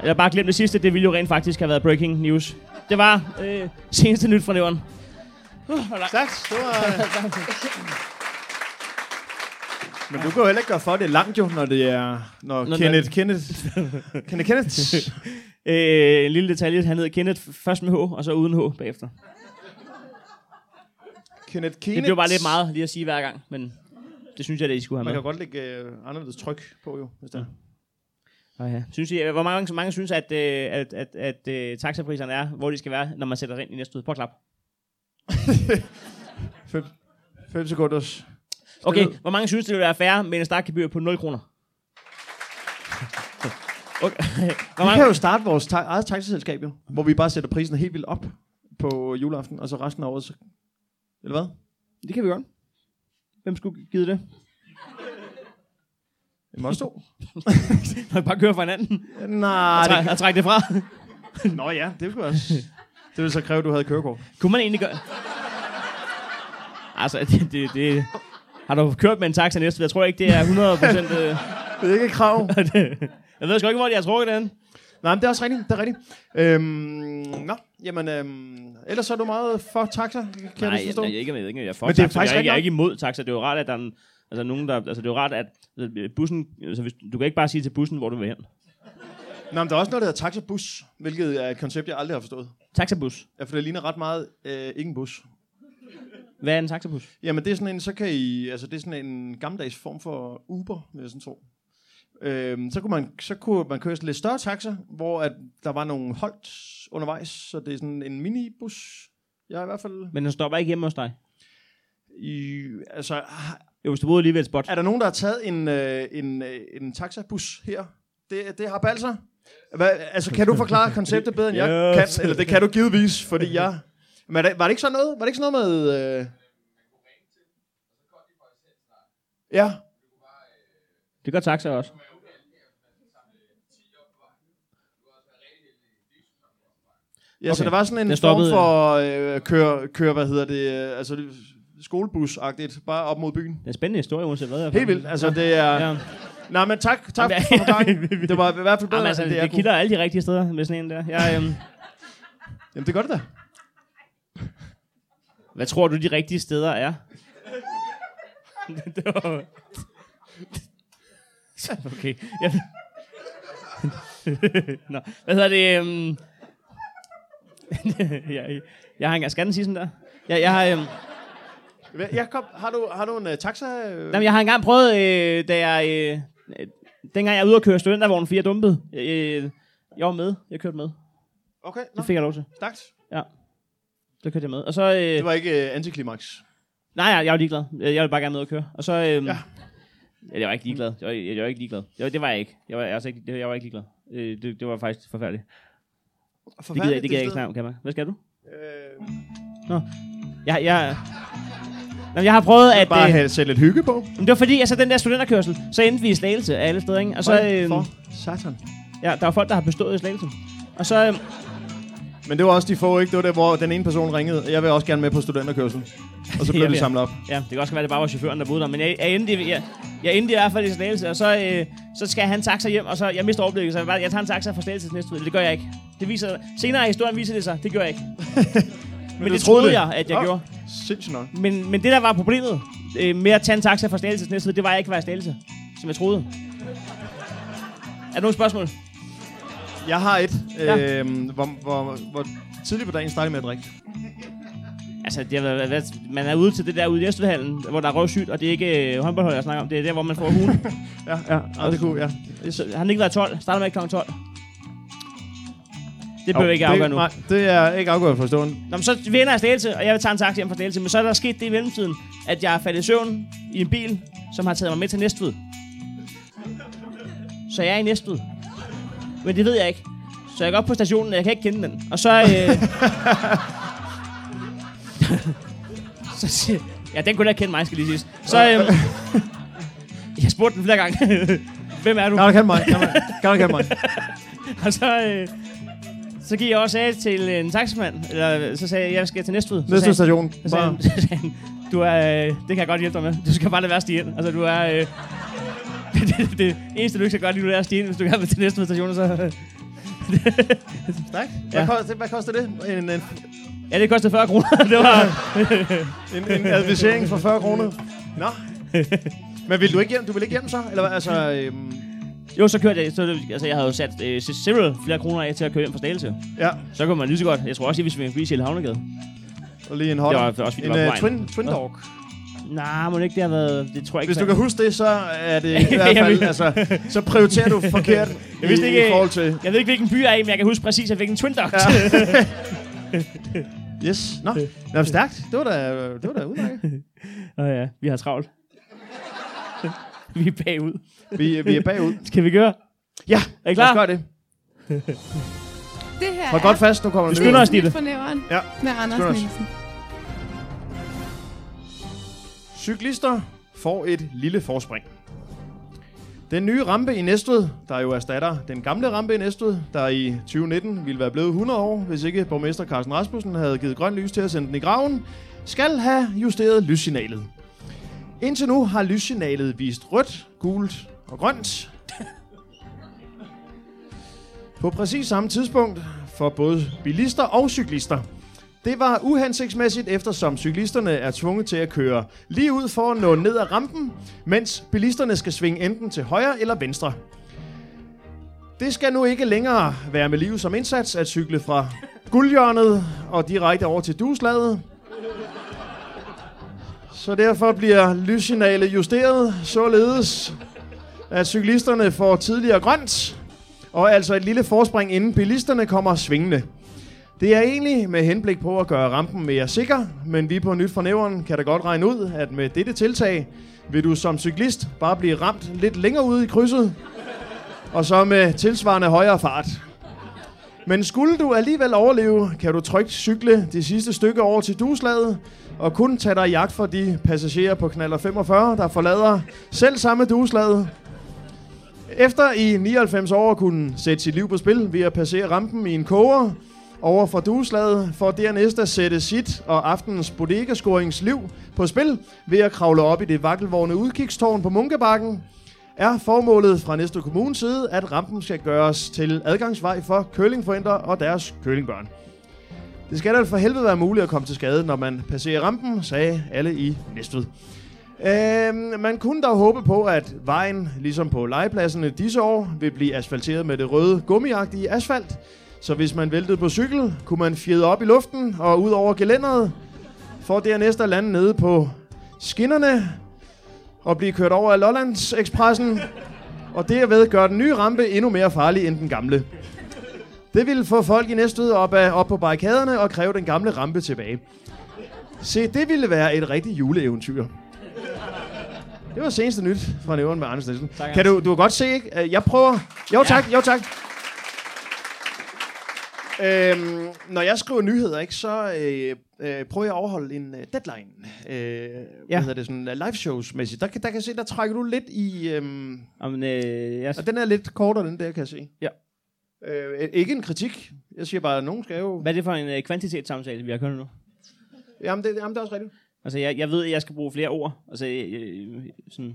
S5: Jeg har bare glemt det sidste, det ville jo rent faktisk have været breaking news. Det var øh, seneste nyt fra Nævren.
S1: Stærkt. Det var... Men du kan jo heller ikke gøre for, at det er langt jo, når det er... Når,
S5: Når-
S1: Kenneth, Kenneth... Kenneth, Kenneth...
S5: Øh, en lille detalje, han hed Kenneth først med H, og så uden H bagefter.
S1: Kenneth Kenneth...
S5: Det blev bare lidt meget lige at sige hver gang, men det synes jeg, det I skulle
S1: Man
S5: have
S1: kan
S5: med.
S1: godt lægge øh, anderledes tryk på jo, hvis det er.
S5: Og ja. synes I, hvor mange, så mange synes, at, øh, at, at, at, at taxapriserne er, hvor de skal være, når man sætter rent i næste ud? Prøv at klap.
S1: 5, 5 sekunders...
S5: Okay, hvor mange synes, det vil være færre med en startgebyr på 0 kroner? Okay. Hvor
S1: Vi
S5: mange,
S1: kan jo starte vores ta- eget taxiselskab jo, hvor vi bare sætter prisen helt vildt op på juleaften, og så resten af året... Så... Eller hvad?
S5: det kan vi godt. Hvem skulle give det?
S1: Det må også to.
S5: Må jeg bare køre for hinanden
S1: Nej,
S5: og
S1: det...
S5: trække og trække det fra?
S1: Nå ja, det skulle også... Det ville så kræve, at du havde kørekort.
S5: Kunne man egentlig gøre... Altså, det, det, det... Har du kørt med en taxa næste? Jeg tror ikke, det er 100%... øh,
S1: Det er ikke et krav.
S5: jeg ved sgu ikke, hvor de har trukket den.
S1: Nej, men det er også rigtigt. Det er rigtigt. Øhm, nå, jamen, øhm, ellers så er du meget for taxa, kan nej, jeg
S5: Nej,
S1: lige
S5: jeg,
S1: forstå.
S5: nej, jeg er ikke med, jeg er ikke med. Jeg er for
S1: Men
S5: Men
S1: det
S5: taxa.
S1: er
S5: Det er
S1: faktisk
S5: jeg, er ikke, jeg er
S1: rigtig
S5: ikke imod taxa. Det er jo rart, at der er en, altså nogen, der... Altså, det er jo rart, at altså, bussen... Altså, hvis, du kan ikke bare sige til bussen, hvor du vil hen.
S1: Nå, men der er også noget, der hedder taxabus, hvilket er et koncept, jeg aldrig har forstået.
S5: Taxabus.
S1: Ja, for det ligner ret meget øh, ingen bus.
S5: Hvad er en taxabus?
S1: Jamen, det er sådan en, så kan I, altså, det er sådan en gammeldags form for Uber, vil jeg sådan tro. Øhm, så, kunne man, så kunne man køre sådan lidt større taxa, hvor at der var nogle holdt undervejs, så det er sådan en minibus. Jeg er i hvert fald...
S5: Men den stopper ikke hjemme hos dig.
S1: I, altså,
S5: Jo, hvis du boede lige ved et spot.
S1: Er der nogen, der har taget en, øh, en, øh, en taxabus her? Det, det har Balser. Hvad, altså, kan du forklare konceptet bedre, end jeg
S5: Yes.
S1: kan? Eller det kan du givetvis, fordi jeg... Men er det, var det ikke sådan noget? Var det ikke sådan noget med... Øh... Ja,
S5: Det gør taxa også.
S1: ja okay. så
S5: Okay.
S1: der var sådan en
S5: Det stoppede-
S1: form for øh, køre, køre, hvad hedder det, øh, altså det- skolebus-agtigt, bare op mod byen.
S5: Det er en spændende historie, uanset hvad.
S1: Helt vildt, altså det er...
S5: Ja.
S1: Ja. Nej, men tak, tak
S5: Jamen,
S1: for forklaringen. Det var i hvert fald bedre,
S5: Jamen, altså,
S1: end
S5: det,
S1: jeg
S5: det
S1: kunne.
S5: kilder alle de rigtige steder med sådan en der. Jeg, øhm,
S1: Jamen, det gør det da.
S5: Hvad tror du, de rigtige steder er? det var... okay. Jeg... Nå, hvad hedder det? Um... jeg, jeg har engang... Skal den sige sådan der? Jeg, jeg, har, um...
S1: Hvad- Jeg kom, har, du, har du en uh, taxa? Øh?
S5: Jamen, jeg har engang prøvet, øh, da jeg... Øh, øh, dengang jeg er ude og køre studentervognen, fordi jeg dumpede. Øh, jeg var med. Jeg kørte med.
S1: Okay, nå,
S5: Det fik jeg lov til.
S1: stærkt.
S5: Så kørte jeg med. Og så... Øh,
S1: Det var ikke uh, antiklimaks.
S5: Nej, jeg, jeg var ligeglad. Jeg jeg ville bare gerne med og køre. Og så... Øhm,
S1: Ja.
S5: ja. Jeg var ikke ligeglad. Jeg var, jeg, jeg var ikke ligeglad. Jeg, det var jeg ikke. Jeg var, jeg, altså ikke, det- jeg var ikke ligeglad. Øh, det, det var faktisk forfærdeligt. Det gider, jeg- det gider jeg ikke snakke om, kan man. Hvad skal du?
S1: øh,
S5: Jeg, jeg, Nå, jeg har prøvet at...
S1: Bare
S5: Øh,
S1: have selv lidt hygge på.
S5: men det var fordi, altså den der studenterkørsel, så endte vi i Slagelse af alle steder, ikke? Og så, øh,
S1: For satan.
S5: ja, der var folk, der har bestået i Slagelse. Og så, øh,
S1: Men det var også de få, ikke? Det var der, hvor den ene person ringede. Jeg vil også gerne med på studenterkørsel. Og så blev
S5: Ja,
S1: det
S5: ja.
S1: samlet op.
S5: Ja, det kan også være, at det bare var chaufføren, der boede der. Men jeg, jeg, endte, i- jeg, jeg endte i hvert fald i Slagelse, og så, øh, så skal han taxa hjem, og så jeg mister overblikket, så jeg, bare, jeg tager en taxa fra Slagelse til næste ud. Det gør jeg ikke. Det viser, senere i historien viser det sig, det gør jeg ikke. men
S1: du
S5: det troede
S1: troede
S5: jeg, at jeg
S1: Nå.
S5: gjorde.
S1: Sindssygt nok.
S5: Men, men det, der var problemet øh, med at tage en taxa fra Slagelse til næste ud, det var, at jeg ikke var i Slagelse, som jeg troede. Er der nogle spørgsmål?
S1: Jeg har et,
S5: Ja.
S1: øhm, hvor, hvor, hvor tidligt på dagen startede jeg med at drikke.
S5: Altså, det har været, været, man er ude til det der ude i Østvedhallen, hvor der er røvsygt, og det er ikke øh, håndboldhold, jeg snakker om. Det er der, hvor man får hulen.
S1: Ja, ja. Og det kunne, ja.
S5: Så har den ikke været 12? Starter med kl. 12? Det behøver
S1: Jo,
S5: oh, ikke afgøre
S1: det,
S5: nu.
S1: Nej, det er ikke afgået for stående.
S5: Nå, men så vinder jeg Slagelse, og jeg vil tage en taxi hjem fra Slagelse. Men så er der sket det i mellemtiden, at jeg er faldet i søvn i en bil, som har taget mig med til Næstved. Så jeg er i Næstved. Men det ved jeg ikke. Så jeg går op på stationen, og jeg kan ikke kende den. Og så... Øh... så siger... Ja, den kunne da ikke kende mig, skal lige sige. Så, øh... spurgte den flere gange. Hvem er du?
S1: Kan du kende mig? Kan du- Kan du kende mig?
S5: Og så, øh, så gik jeg også af til en taxamand, eller så sagde jeg, jeg skal til Næstved. Så
S1: Næste
S5: sagde,
S1: station.
S5: så sagde,
S1: Bare.
S5: han, så sagde han, du er, øh, det kan jeg godt hjælpe dig med. Du skal bare lade være at stige ind. Altså, du er... Øh, det, det, det, eneste, du ikke skal gøre lige nu, det er at stige ind, hvis du gerne vil til Næstved station. Så, øh,
S1: Tak. Hvad,
S5: Ja.
S1: koster, hvad koster det? En, en,
S5: ja, det kostede 40 kroner. det var,
S1: en, en advisering for 40 kroner? Nå. Men vil du ikke hjem? Du vil ikke hjem så? Eller hvad? altså... Øhm,
S5: jo, så kørte jeg. Så, altså, jeg havde jo sat øh, Cyril flere kroner af til at køre hjem fra Stagelse.
S1: ja,
S5: Så kunne man lige så godt. Jeg tror også, at vi skulle forbi Sjæle Havnegade.
S1: og lige en hånd.
S5: Det var også, fordi
S1: En
S5: det var på
S1: uh,
S5: vejen.
S1: twin, twin dog.
S5: Nej, må det ikke det har været... Det tror jeg ikke.
S1: Hvis du
S5: fandme.
S1: kan huske det, så er det i hvert
S5: Jeg
S1: fald,
S5: vil-
S1: altså, så prioriterer du forkert
S5: Jeg vidste
S1: i,
S5: ikke-
S1: i forhold til...
S5: Jeg ved ikke, hvilken by jeg er i, men jeg kan huske præcis, at jeg fik en twin duct. Ja.
S1: Yes, nå. Det var stærkt. Det var da, det var da udmærket.
S5: Nå ja, vi har travlt. vi er bagud.
S1: Vi, vi er bagud.
S5: Skal vi gøre?
S1: Ja,
S5: er I
S1: Lad
S5: klar?
S1: os gøre det.
S6: Det her
S1: Hold
S6: er
S1: godt fast, nu kommer
S5: Vi
S1: der
S5: skynder
S1: nyheder.
S5: os, Ditte.
S6: Nyt for næveren
S1: Ja.
S6: med Anders
S1: Skynd os.
S6: Nielsen.
S1: Cyklister får et lille forspring. Den nye rampe i Næstved, der jo erstatter den gamle rampe i Næstved, der i 2019 ville være blevet 100 år, hvis ikke borgmester Carsten Rasmussen havde givet grønt lys til at sende den i graven, skal have justeret lyssignalet. Indtil nu har lyssignalet vist rødt, gult og grønt. På præcis samme tidspunkt for både bilister og cyklister. Det var uhensigtsmæssigt, eftersom cyklisterne er tvunget til at køre lige ud for at nå ned ad rampen, mens bilisterne skal svinge enten til højre eller venstre. Det skal nu ikke længere være med liv som indsats at cykle fra guldhjørnet og direkte over til dueslaget. Så derfor bliver lyssignalet justeret, således at cyklisterne får tidligere grønt, og altså et lille forspring inden bilisterne kommer svingende. Det er egentlig med henblik på at gøre rampen mere sikker, men vi på Nyt fra Nævren kan da godt regne ud, at med dette tiltag vil du som cyklist bare blive ramt lidt længere ude i krydset, og så med tilsvarende højere fart. Men skulle du alligevel overleve, kan du trygt cykle det sidste stykke over til dueslaget, og kun tage dig i jagt for de passagerer på knaller 45, der forlader selv samme dueslaget, efter i 99 år at kunne sætte sit liv på spil ved at passere rampen i en koger over for dueslaget, for dernæst at sætte sit og aftenens bodegascorings liv på spil ved at kravle op i det vakkelvogne udkigstårn på Munkebakken, er formålet fra næste kommunes side, at rampen skal gøres til adgangsvej for kølingforældre og deres kølingbørn. Det skal da for helvede være muligt at komme til skade, når man passerer rampen, sagde alle i Næstved. Øhm, man kunne dog håbe på, at vejen, ligesom på legepladserne disse år, vil blive asfalteret med det røde gummiagtige asfalt. Så hvis man væltede på cykel, kunne man fjede op i luften og ud over gelænderet, for dernæst at lande nede på skinnerne og blive kørt over af Lollands Expressen. Og derved gør den nye rampe endnu mere farlig end den gamle. Det ville få folk i Næstved op, af, op på barrikaderne og kræve den gamle rampe tilbage. Se, det ville være et rigtigt juleeventyr. Det var seneste nyt fra Nævren med Anders Nielsen. Tak, kan du, du kan godt se, ikke? Øh, Jeg prøver... Jo tak, jo tak. Øhm, når jeg skriver nyheder, ikke, så øh, øh, prøver jeg at overholde en øh, deadline. Øh, ja. Hvad hedder det? Sådan, uh, live shows mæssigt. Der, kan- der kan jeg se, der trækker du lidt i... Øhm,
S5: Jamen, øh, jeg,
S1: og den er lidt kortere, den der, kan jeg se.
S5: Ja.
S1: Øh, ikke en kritik. Jeg siger bare, at nogen skal jo...
S5: hvad er det for en øh, kvantitetssamtale, vi har kørt nu?
S1: Jamen det, jamen, det er også rigtigt.
S5: Altså, jeg, jeg ved, at jeg skal bruge flere ord. Altså, øh, sådan,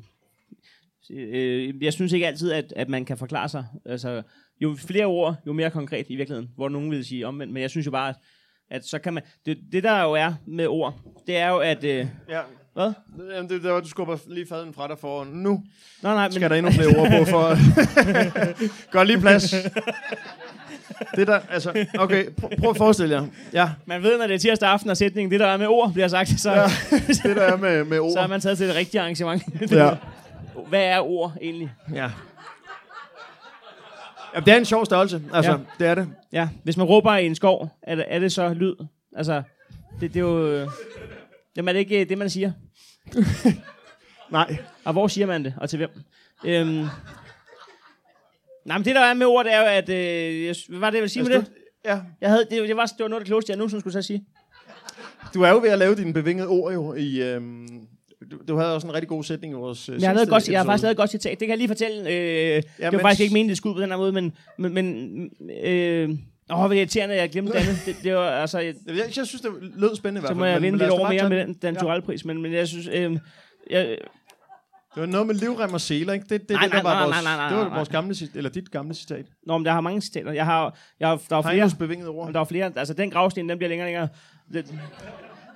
S5: øh, jeg synes ikke altid, at, at man kan forklare sig. Altså, jo flere ord, jo mere konkret i virkeligheden. Hvor nogen vil sige omvendt. Men jeg synes jo bare, at, at så kan man... Det, det, der jo er med ord, det er jo, at... Øh,
S1: Ja.
S5: hvad?
S1: Jamen, det, det var, du skubber lige faden fra dig for. Nu
S5: Nå, nej, men,
S1: skal der endnu flere ord på for... Gør lige plads. Det der, altså... Okay, pr- prøv at forestille jer. Ja,
S5: man ved, når det er tirsdag aften, og sætningen, det der er med ord, bliver sagt, så, ja.
S1: det der er med, med ord.
S5: så er man taget til det rigtige arrangement.
S1: Ja.
S5: Hvad er ord egentlig?
S1: ja. Jamen, det er en sjov størrelse. Altså, ja.
S5: Ja.
S1: det er det.
S5: Ja, hvis man råber i en skov, er det, er det så lyd? Altså, det, det er jo... øh, Jamen, er det ikke øh, det, man siger?
S1: Nej.
S5: Og hvor siger man det, og til hvem? Øhm, nej, men det, der er med ord, det er jo, at... Øh, jeg, hvad var det, jeg ville sige med det?
S1: Ja,
S5: Jeg havde, det, det, var, det var noget af det klogeste, jeg nogensinde skulle så sige.
S1: du er jo ved at lave dine bevingede ord jo i... Øhm, Du, du havde også en rigtig god sætning i vores øh,
S5: Jeg har, lavet et godt,
S1: sidste
S5: jeg har
S1: episode.
S5: faktisk lavet et godt citat. Det kan jeg lige fortælle. Øh,
S1: Ja,
S5: det var
S1: mens-
S5: faktisk ikke meningen, det skulle ud på den her måde, men... men, men øh, åh, hvor irriterende, at jeg glemte det andet. Det, det var, altså, jeg,
S1: Jeg, jeg, synes, det lød spændende i
S5: så
S1: hvert fald.
S5: må jeg
S1: Altså, men-
S5: vinde
S1: men lad
S5: lidt
S1: os da
S5: over
S1: bare
S5: mere
S1: tage
S5: med
S1: den.
S5: den, den pris, men, men jeg synes... Øh, jeg,
S1: Det var noget med livrem og seler, ikke? Det, det,
S5: Nej,
S1: det,
S5: nej,
S1: der var
S5: nej,
S1: vores,
S5: nej, nej, nej,
S1: det var
S5: nej.
S1: vores gamle, cit- eller dit gamle citat.
S5: nå, men der har mange citater. Jeg har, jeg har, der er flere...
S1: Hegnus bevingede ord.
S5: Om der var flere. Altså, den gravsten, den bliver længere og længere. Det,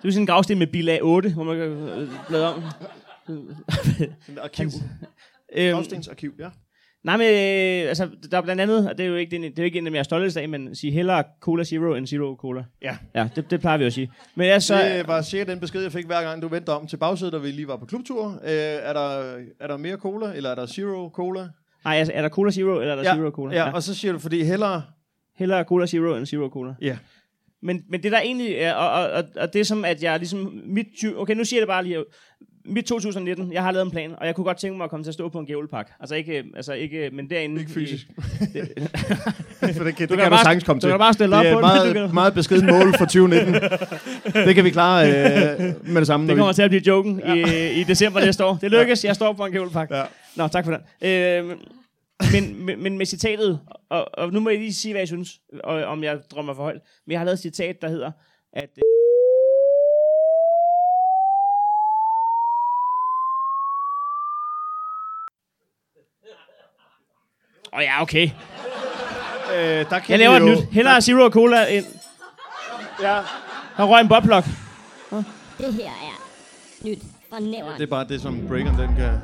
S5: det er jo sådan en gravsten med bilag 8, hvor man kan øh, bladre om.
S1: Sådan et Arkiv.
S5: Øhm,
S1: Gravstens arkiv, ja.
S5: nej, men øh, altså, der er blandt andet, og det er jo ikke, det er, det er jo ikke en af mine stolteste af, men sige hellere Cola Zero end Zero Cola.
S1: Ja.
S5: Ja, det, det plejer vi at sige. Men jeg så...
S1: Det øh, var cirka den besked, jeg fik hver gang, du vendte om til bagsædet, da vi lige var på klubtur. Øh, er, der, er der mere cola, eller er der zero cola?
S5: Nej, altså, er der Cola Zero, eller er der Zero Cola?
S1: Ja, ja, og så siger du, fordi hellere...
S5: Hellere Cola Zero end Zero Cola.
S1: Ja.
S5: Men, men det der egentlig er, og, og, og, og det som, at jeg ligesom, mit, ty- okay, nu siger jeg det bare lige, her. mit 2019, jeg har lavet en plan, og jeg kunne godt tænke mig at komme til at stå på en gævelpark. Altså ikke, øh, altså ikke, øh, men derinde.
S1: Ikke fysisk.
S5: I, det, du,
S1: For det kan,
S5: kan bare, du kan bare stille op
S1: Det er
S5: på den.
S1: et
S5: Du
S1: meget,
S5: kan,
S1: meget beskedet mål for 2019. det kan vi klare øh, med det samme.
S5: det
S1: når
S5: kommer til at blive joken ja. i, i december næste år. Det lykkes, jeg står på en gævelpark.
S1: Ja.
S5: Nå, tak for den. Øh, men, men, men med citatet, og, og nu må jeg lige sige, hvad jeg synes, og, om jeg drømmer for højt. Men jeg har lavet et citat, der hedder, at øh, Åh oh, ja, okay.
S1: vi, øh, der kan
S5: Jeg laver
S1: vi
S5: et
S1: jo-
S5: nyt. Hellere Zero Cola end...
S1: Ja.
S5: Han røg en boblok.
S7: Det her er nyt fra næveren.
S1: Det er bare det, som breakeren den kan...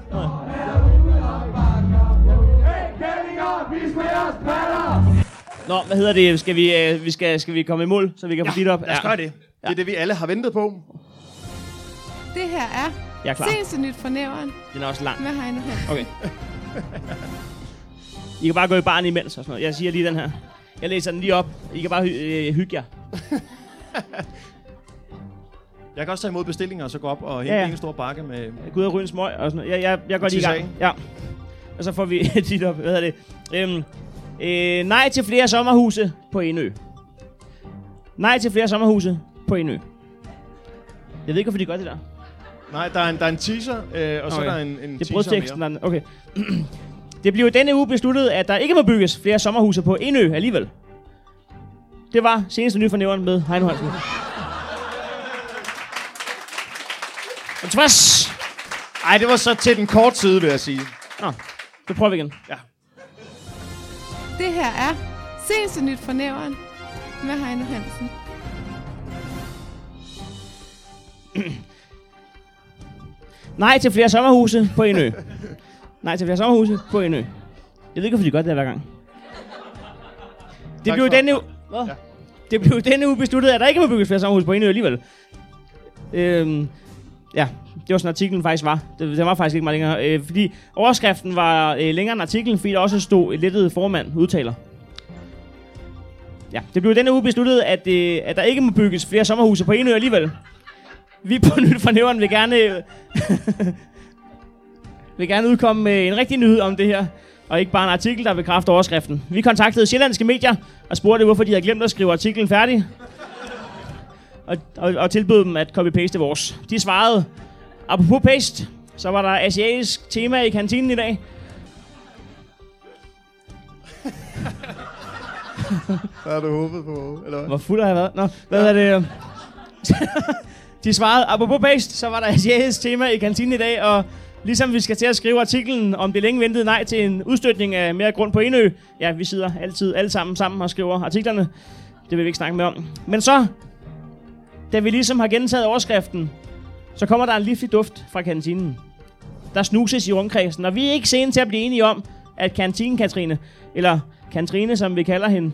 S5: Nå, hvad hedder det? Skal vi, øh, vi, skal, skal vi komme i mål, så vi kan ja, få dit op?
S1: Lad os gøre det. Det er det, vi alle har ventet på.
S6: Det her er
S5: Jeg er klar.
S6: seneste nyt fra næveren
S5: Den er også lang.
S6: med Heino Hansen.
S5: Okay. I kan bare gå i baren imens og sådan noget. Jeg siger lige den her. Jeg læser den lige op. I kan bare hy- øh, hygge jer.
S1: Jeg kan også tage imod bestillinger, og så gå op og
S5: Ja,
S1: hente ja,
S5: ja.
S1: ja. en stor bakke med...
S5: Jeg går ud og ryge en smøg og sådan noget. Jeg, jeg, jeg går lige i
S1: Til
S5: gang. Ja. Og så får vi tit op. Hvad hedder det? Øhm, øh, nej til flere sommerhuse på Enø. Nej til flere sommerhuse på Enø. Jeg ved ikke, hvorfor de gør det der.
S1: Nej, der er en, der er en teaser, øh, og så er
S5: Okay.
S1: der en, en
S5: Det er
S1: teaser
S5: brødsteksten.
S1: mere.
S5: der er den- Okay. det blev i denne uge besluttet, at der ikke må bygges flere sommerhuse på Enø alligevel. Det var seneste nye fornævren med Heino Hansen. Og tværs!
S1: Ej, det var så til den korte side, vil jeg sige.
S5: Nå, så prøver vi igen.
S6: Det her er seneste nyt fra næveren med Heino Hansen.
S5: Nej til flere sommerhuse på Enø. Nej til flere sommerhuse på Enø. Jeg ved ikke, hvorfor de gør det her hver gang. Det
S1: Tak
S5: blev
S1: for-
S5: denne uge... Hvad? Ja. Det blev denne uge besluttet, at der ikke må bygges flere sommerhuse på Enø alligevel. Øhm, ja, det var sådan artiklen faktisk var. Det, den var faktisk ikke meget længere. Øh, fordi overskriften var øh, længere end artiklen, fordi der også stod et lettet formand udtaler. Ja, det blev denne uge besluttet, at, øh, at der ikke må bygges flere sommerhuse på Enø alligevel. Vi på Nyt fra Nævren vil gerne vil gerne udkomme med en rigtig nyhed om det her, og ikke bare en artikel, der bekræfter overskriften. Vi kontaktede Sjællandske Medier og spurgte, hvorfor de havde glemt at skrive artiklen færdig, og, og, og tilbød dem at copy-paste vores. De svarede, apropos paste, så var der asiatisk tema i kantinen i dag.
S1: Der har du håbet på, eller hvad?
S5: Hvor fuld har jeg været? Nå, hvad ja. er det? de svarede, apropos paste, så var der asiatisk tema i kantinen i dag, og ligesom vi skal til at skrive artiklen om det længe ventede nej til en udstøtning af mere grund på Enø, ja, vi sidder altid alle sammen sammen og skriver artiklerne, det vil vi ikke snakke mere om. Men så, da vi ligesom har gentaget overskriften, så kommer der en livlig duft fra kantinen. Der snuses i rundkredsen, og vi er ikke sene til at blive enige om, at kantinen Katrine, eller Katrine, som vi kalder hende,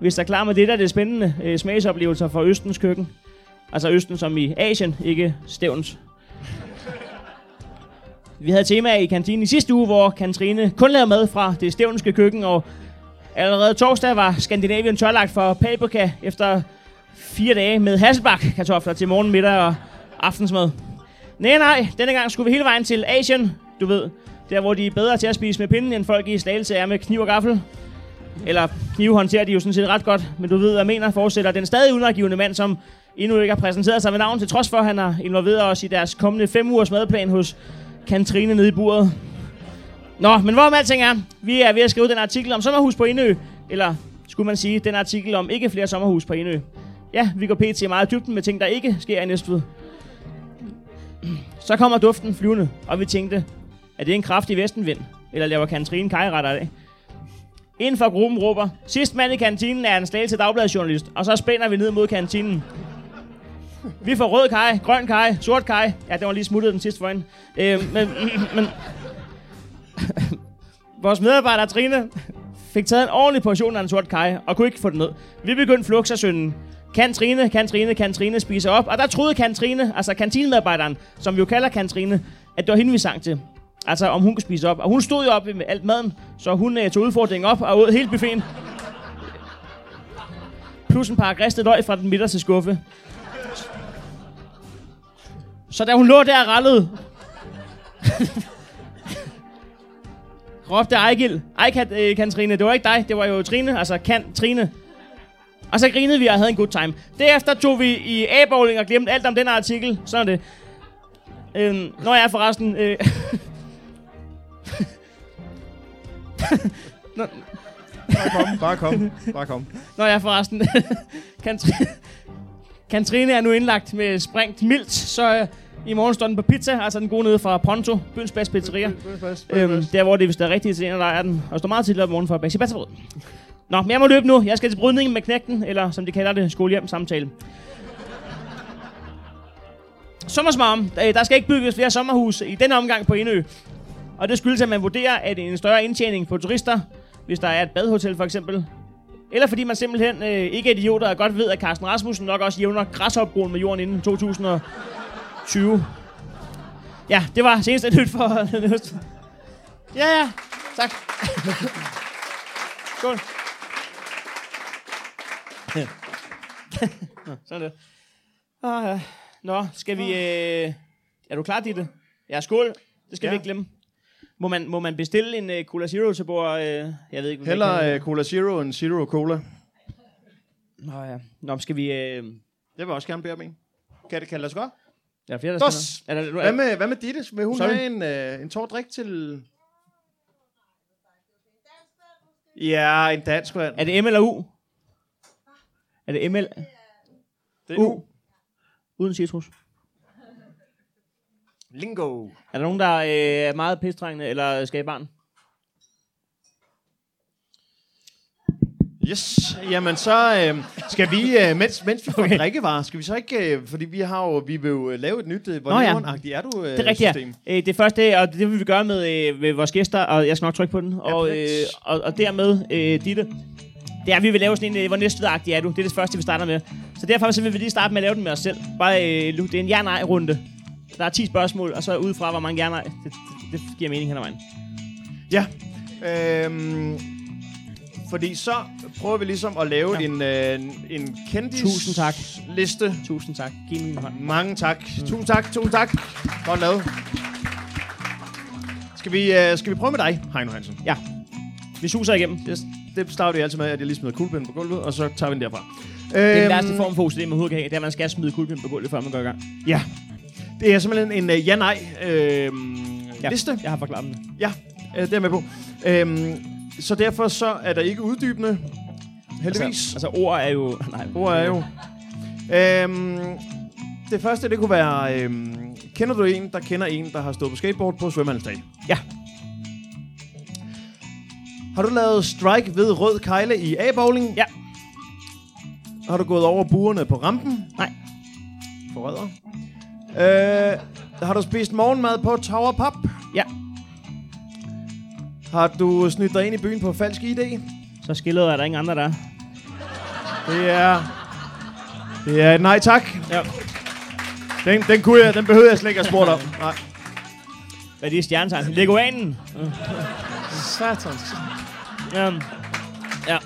S5: hvis der er klar med det, der er det spændende øh, smagsoplevelser fra Østens køkken. Altså Østen som i Asien, ikke Stævns. Vi havde tema i kantinen i sidste uge, hvor Katrine kun lavede mad fra det stævnske køkken, og allerede torsdag var Skandinavien tørlagt for paprika efter fire dage med Hasselbak-kartofler til morgen, middag og aftensmad. Nej, nej, denne gang skulle vi hele vejen til Asien, du ved. Der, hvor de er bedre til at spise med pinden, end folk i slagelse er med kniv og gaffel. Eller knive håndterer de jo sådan set ret godt, men du ved, hvad jeg mener, fortsætter den stadig unadgivende mand, som endnu ikke har præsenteret sig ved navn, til trods for, at han har involveret os i deres kommende fem ugers madplan hos Kantrine nede i buret. Nå, men hvorom alting er, vi er ved at skrive den artikel om sommerhus på Indø, eller skulle man sige, den artikel om ikke flere sommerhus på Indø. Ja, vi går pt. meget i dybden med ting, der ikke sker i Næstved. Så kommer duften flyvende, og vi tænkte, er det en kraftig vestenvind? Eller laver Katrine kajretter af? Inden for gruppen råber, sidst mand i kantinen er en slagelse dagbladjournalist, og så spænder vi ned mod kantinen. Vi får rød kaj, grøn kaj, sort kaj. Ja, den var lige smuttet den sidste for hende. Øh, men, men, Vores medarbejder Trine fik taget en ordentlig portion af en sort kaj, og kunne ikke få den ned. Vi begyndte flugt af synden. Kan Trine, kan Trine, kan Trine spise op? Og der troede kan Trine, altså kantinemedarbejderen, som vi jo kalder kan Trine, at det var hende, vi sang til. Altså, om hun kunne spise op. Og hun stod jo op med alt maden, så hun øh, tog udfordringen op og åd hele buffeten. Plus en par ristet løg fra den midterste skuffe. Så da hun lå der og rallede, råbte Ejgil, ej kan, øh, kan Trine, det var ikke dig, det var jo Trine, altså kan Trine. Og så grinede vi og havde en god time. Derefter tog vi i a og glemte alt om den her artikel. Sådan er det. Øhm, når jeg er forresten... Øh,
S3: Bare kom, bare kom, bare kom.
S5: når jeg er forresten... kan, Tri- kan Trine er nu indlagt med sprængt mildt, så øh, i morgen står den på pizza, altså den gode nede fra Pronto, byens bedste pizzeria. Øhm, der hvor det, hvis der er rigtig italiener, der er den. Og står meget tidligt op i morgen for at bage ciabattabrød. Nå, men jeg må løbe nu. Jeg skal til brydningen med knægten, eller som de kalder det, skolehjem samtale. Sommersmarm. Øh, Der skal ikke bygges flere sommerhuse i denne omgang på Indø. Og det skyldes, at man vurderer, at en større indtjening på turister, hvis der er et badhotel for eksempel, eller fordi man simpelthen øh, ikke er idioter og godt ved, at Carsten Rasmussen nok også jævner græshopbrugen med jorden inden 2020. Ja, det var seneste nyt for Næstved. Ja, ja. Tak. Skål. Nå, Sådan det. Ah, ja. Nå, skal vi... Øh... Er du klar, Ditte? Ja, skål. Det skal ja. vi ikke glemme. Må man, må man bestille en øh, Cola Zero til bord? Øh, jeg ved ikke, hvad
S1: Heller øh, Cola Zero end Zero Cola.
S5: Nå, ja. Nå, men skal vi... Øh...
S1: Det vil jeg også gerne bede om en. Kan det kalde os godt?
S5: Er der flere, der
S1: Dos!
S5: skal med? Er der,
S1: Hvad med, hvad med Ditte? Vil hun
S5: Sorry.
S1: have en, øh, en tår drik til... Ja, en dansk vand.
S5: er det M eller U? Er det M eller...
S1: Det
S5: U. Uden citrus.
S1: Lingo.
S5: Er der nogen, der øh, er meget pistrængende, eller skal i barn?
S1: Yes, jamen så øh, skal vi, øh, mens, mens vi får okay. drikkevarer, skal vi så ikke, øh, fordi vi har jo, vi vil jo øh, lave et nyt, øh, hvor
S5: ja.
S1: ja. er du øh,
S5: Det er rigtigt,
S1: system.
S5: ja. Øh, Det første, og det vil vi gøre med, øh, med vores gæster, og jeg skal nok trykke på den, og, øh, og, og dermed øh, Ditte, det er, at vi vil lave sådan en, øh, hvor næstvedagtig er du. Det er det første, vi starter med. Så derfor så vil vi lige starte med at lave den med os selv. Bare, øh, Lu, det er en ja-nej-runde. Der er 10 spørgsmål, og så ud fra, hvor mange ja-nej. Det, det, det giver mening hen ad vejen.
S1: Ja. Øhm, fordi så prøver vi ligesom at lave ja. en, øh, en kendis
S5: Tusind tak.
S1: liste.
S5: Tusind tak. Giv min hånd.
S1: Mange tak. Mm. Tusind tak, tusind tak. Godt lavet. Skal vi, øh, skal vi prøve med dig, Heino Hansen?
S5: Ja. Vi suser igennem. Det er,
S1: Det starter vi altid med, at jeg lige smider kuglepinden på gulvet, og så tager vi den derfra.
S5: det er
S1: Øhm,
S5: den værste form for OCD, man overhovedet kan have. Det er, at man skal smide kulpen på gulvet, før man går i gang.
S1: Ja. Det er simpelthen en øh, ja-nej øh, ja. liste.
S5: Jeg har forklaret den.
S1: Ja, øh, det er jeg med på. Øhm, så derfor så er der ikke uddybende, heldigvis.
S5: Altså, altså, ord er jo... Nej,
S1: Ord er jo. Øhm, det første, det kunne være, øhm, kender du en, der kender en, der har stået på skateboard på svømmehalsdag?
S5: Ja.
S1: Har du lavet strike ved rød kejle i A-bowling?
S5: Ja.
S1: Har du gået over buerne på rampen?
S5: Nej.
S1: Forræder. Øh, har du spist morgenmad på Tower Pub?
S5: Ja.
S1: Har du snydt dig ind i byen på falsk ID?
S5: Så skillede er der ingen andre, der er.
S1: Det er... Det er et nej tak.
S5: Ja.
S1: Den, den, kunne jeg, den behøvede jeg slet ikke at spurgt om. Nej.
S5: Hvad er det stjernetegn? Leguanen.
S1: Satans.
S5: Um, ja.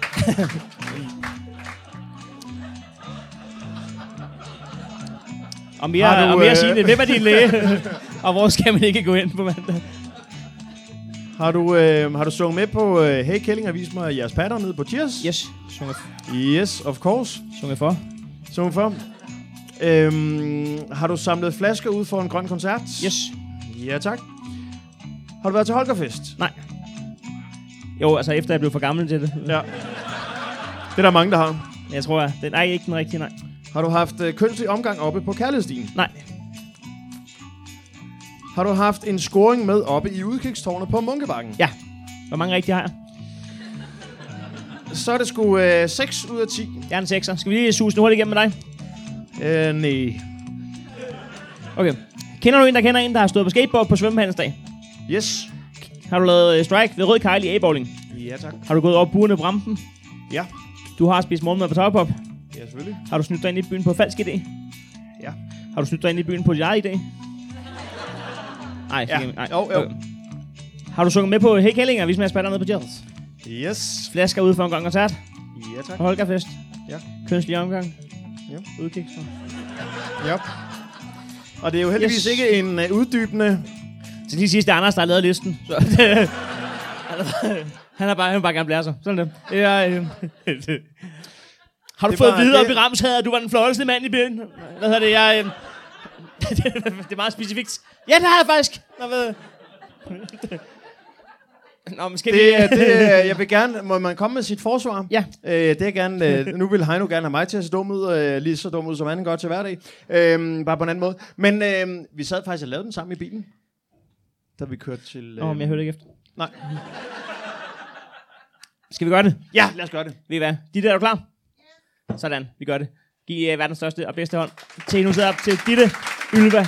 S5: og mere,
S1: Har
S5: du,
S1: du,
S5: og mere
S1: øh,
S5: sigende, hvem er din læge? og hvor skal man ikke gå ind på mandag?
S1: Har du, øh, har du sunget med på øh, Hey Kælling og vis mig jeres patter nede på Cheers?
S5: Yes, sunget,
S1: Yes, of course.
S5: sunget for.
S1: Som for. Øhm, har du samlet flasker ud for en grøn koncert?
S5: Yes.
S1: Ja, tak. Har du været til Holgerfest?
S5: Nej. Jo, altså efter jeg blev for gammel til det.
S1: Ja. Det er der mange, der har.
S5: Jeg tror, jeg... Den, ej, ikke den rigtige, nej.
S1: Har du haft øh, kønslig omgang oppe på kærlighedsstien?
S5: Nej.
S1: Har du haft en scoring med oppe i udkigstårnet på Munkebakken?
S5: Ja. Hvor mange rigtige har jeg?
S1: Så er det sgu øh, 6 ud af 10.
S5: Jeg er en sekser. Skal vi lige suse den hurtigt igennem med dig?
S1: Øh, nej.
S5: Okay. Kender du en, der kender en, der har stået på skateboard på svømmehandelsdag?
S1: Yes.
S5: Har du lavet øh, strike ved rød kejl i A-bowling?
S1: Ja, tak.
S5: Har du gået over buerne på rampen?
S1: Ja.
S5: Du har spist morgenmad på Towerpop?
S1: Ja, selvfølgelig.
S5: Har du snydt dig ind i byen på falsk idé?
S1: Ja.
S5: Har du snydt dig ind i byen på din egen idé? Nej,
S1: Ja.
S5: ikke- nej.
S1: Jo, jo.
S5: Okay. Har du sunget med på Hey Kællinger, hvis man spatter ned på Jels?
S1: Yes.
S5: Flasker ude for en gang koncert?
S1: Ja, tak.
S5: På Holgerfest?
S1: Ja.
S5: Kønslig omgang?
S1: Ja.
S5: Udkig
S1: Ja. Og det er jo heldigvis
S5: Yes.
S1: yes. ikke en uh, uddybende
S5: Til lige sidst, det er Anders, der har lavet listen. Så. han, er bare, han er bare, han vil bare gerne blære sig. Sådan det. det er, øh, har du
S1: Det
S5: det
S1: er
S5: fået
S1: bare-
S5: videre
S1: det-
S5: op i Ramshavet, at du var den flotteste mand i byen? Hvad hedder det? Jeg, øh, det er meget specifikt. Ja, det har jeg faktisk. Nå, hvad? Nå, men skal vi...
S1: Det, er- det, er- jeg vil gerne, må man komme med sit forsvar?
S5: Ja.
S1: Øh, det er gerne, øh, nu vil Heino gerne have mig til at se dum ud, øh, lige så dum ud som han gør til hverdag. Øh, bare på en anden måde. Men øh, vi sad faktisk og lavede den sammen i bilen, da vi kørte til... øhm,
S5: Nå, men jeg hørte ikke efter.
S1: Nej.
S5: Skal vi gøre det?
S1: Ja, lad os gøre det.
S5: Ved I hvad? Ditte, er du klar? Sådan, vi gør det. Giv uh, verdens største og bedste hånd til nu sidder op til Ditte Ylva.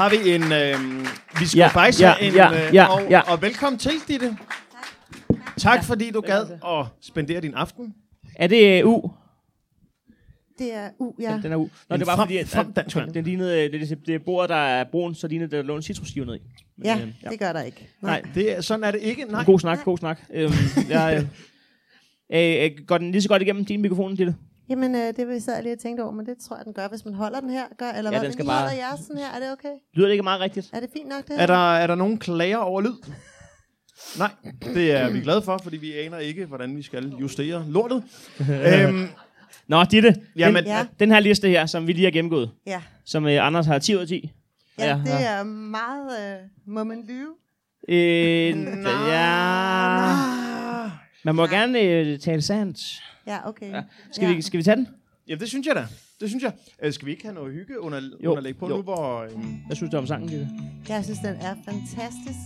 S1: Har vi en... Øh, vi skal
S5: Ja,
S1: ja, faktisk
S5: ja,
S1: have en...
S5: ja,
S1: øh,
S5: ja,
S1: og,
S5: ja.
S1: og velkommen til, Ditte. Tak, tak fordi du gad at spendere din aften.
S5: Er det uh, U?
S8: Det er U, ja.
S5: Den er U. Nå,
S1: En
S5: det var
S1: frem-
S5: fordi, at,
S1: frem dansk
S5: at
S1: mand.
S5: den lignede, øh, det, det, det bord, der er brun, så lignede det, der lå en citrusskive ned i. Men,
S8: Ja,
S5: øh,
S8: det gør der ikke.
S5: Nej,
S1: Det er, sådan er det ikke. Nej.
S5: god snak, god snak. Øhm, jeg, øh, øh, går den lige så godt igennem din mikrofon, Ditte?
S8: Jamen, øh, det var jeg sad lige og tænkte over, men det tror jeg, den gør, hvis man holder den her. Gør, eller
S5: Ja,
S8: hvad?
S5: den
S8: Men
S5: skal
S8: I
S5: bare-
S8: holder jeres sådan her. Er det okay?
S5: Lyder det ikke meget rigtigt?
S8: Er det fint nok, det her?
S1: Er der, er der nogen klager over lyd? Nej, det er vi glade for, fordi vi aner ikke, hvordan vi skal justere lortet. øhm,
S5: Nå, Ditte,
S1: jamen,
S8: Ja.
S1: ja.
S5: den her liste her, som vi lige har gennemgået,
S8: Ja.
S5: som øh, Anders har 10 ud af 10.
S8: Ja,
S5: Ja,
S8: det
S5: ja.
S8: er meget... Øh, må man lyve?
S5: Øh, ja. Man må gerne øh, tale sandt.
S8: Ja, okay.
S5: Ja. Skal,
S8: ja.
S5: vi, skal vi tage den?
S1: ja, det synes jeg da. Det synes jeg. Øh, skal vi ikke have noget hygge under,
S5: Jo,
S1: underlæg på
S5: jo.
S1: nu, hvor... Øhm,
S5: Hvad synes du om sangen, Ditte?
S8: Jeg synes, den er fantastisk.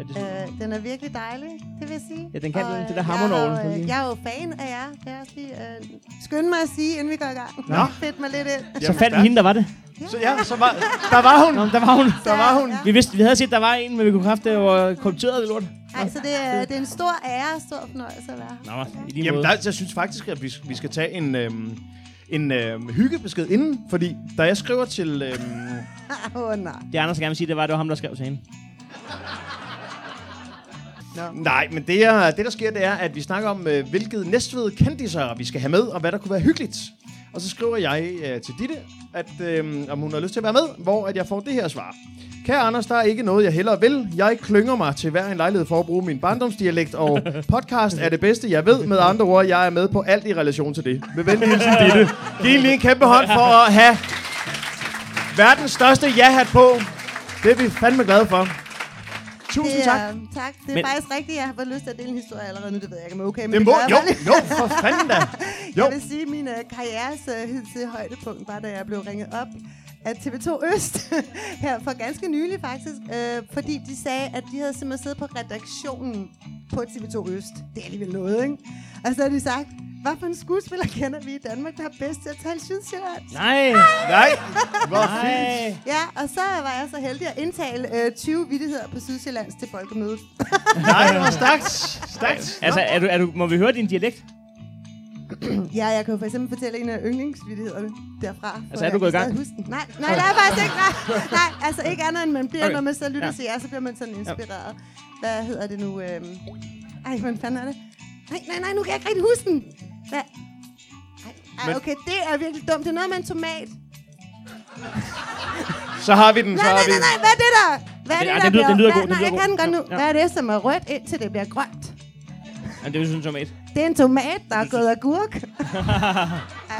S5: Er det sådan?
S8: Øh, den er virkelig dejlig, det vil jeg sige.
S5: Ja, den kan den-
S8: øh,
S5: det der
S8: jeg
S5: hammernoglen,
S8: har jo,
S5: den
S8: Øh,
S5: lige-
S8: jeg er jo fan af jer. Kan jeg også lige øh, skynde mig at sige, inden vi går i gang.
S1: Nå.
S8: Fedt mig lidt ind.
S5: så fandt vi
S1: stærkt.
S5: hende, der var det.
S1: så ja, så var, der var hun.
S5: Nå, men der var hun.
S1: Der var hun.
S8: Ja.
S5: Vi vidste, vi havde set, der var en, men vi kunne kræfte, det var korrupteret det lort.
S8: Ej, så det, er, det er en stor ære og stor fornøjelse at være her.
S5: Nå, i lige
S1: Jamen,
S5: måde.
S1: der, jeg synes faktisk, at vi, vi skal tage en, øhm, en øhm, hyggebesked inden, fordi da jeg skriver til... Øhm,
S8: Åh, oh, nej.
S5: Det Anders gerne vil sige, det var, det var ham, der skrev til hende.
S1: Nej, men det, er, det der sker, det er, at vi snakker om, øh, hvilket næstved kendtiser vi skal have med, og hvad der kunne være hyggeligt. Og så skriver jeg øh, til Ditte, at, øh, om hun har lyst til at være med, hvor at jeg får det her svar. Kære Anders, der er ikke noget, jeg hellere vil. Jeg klynger mig til hver en lejlighed for at bruge min barndomsdialekt, og podcast er det bedste, jeg ved. Med andre ord, jeg er med på alt i relation til det. Med venlig hilsen, Ditte. Giv lige en kæmpe hånd for at have verdens største ja-hat på. Det er vi fandme glade for. Tusind
S8: Det
S1: tak.
S8: er, tak. Det er
S5: Men-
S8: men, faktisk rigtigt, jeg har fået lyst til at dele en historie allerede nu. Det ved jeg ikke, om jeg er okay, men
S1: Det må,
S8: gør jeg
S1: jo,
S8: vel.
S1: jo, for fanden da. jo.
S8: Jeg vil sige, at min øh, karrieres øh, hidtil højdepunkt var, da jeg blev ringet op af TV2 Øst her for ganske nylig faktisk, øh, fordi de sagde, at de havde simpelthen siddet på redaktionen på TV2 Øst. Det er alligevel noget, ikke? Og så havde de sagt, hvad for en skuespiller kender vi i Danmark, der er bedst til at tale sydsjælland?
S5: Nej,
S1: Nej,
S5: Ah,
S1: hvor
S5: nej.
S8: Ja, og så var jeg så heldig at indtale øh, 20 vittigheder på Sydsjællands til folkemødet.
S1: Nej, hvor stærkt. Stærkt.
S5: Altså, er du, er du, må vi høre din dialekt?
S8: Ja, jeg kan jo for eksempel fortælle en af yndlingsvittighederne derfra. for
S5: Altså, er
S8: jeg
S5: du gået i
S8: kan
S5: gang?
S8: stadig huske den. Nej, nej, det er jeg faktisk ikke. Nej, nej, altså ikke andet, end man bliver,
S5: Okay.
S8: okay. når man så lytter
S5: Ja.
S8: ja. til jer, så bliver man sådan inspireret. Hvad hedder det nu? Øhm? Ej, hvordan fanden er det? Nej, nej, nej, nu kan jeg ikke rigtig huske den. Hvad? Ej, ej, okay, det er virkelig dumt. Det er noget med en tomat.
S1: Så har vi den, så
S8: Nej,
S1: har
S8: nej,
S1: vi
S8: nej, nej, hvad er det der? Hvad er
S5: Den-
S8: det,
S5: ej,
S8: der
S5: den lyder-
S8: bliver...
S5: den lyder
S8: hvad,
S5: god, den
S8: nej,
S5: lyder
S8: jeg
S5: god.
S8: kan den godt nu.
S5: Ja, ja.
S8: Hvad er det, som er rødt, indtil det bliver grønt?
S5: Men det er jo sådan som et.
S8: Det er en tomat, der er gået agurk. Ej,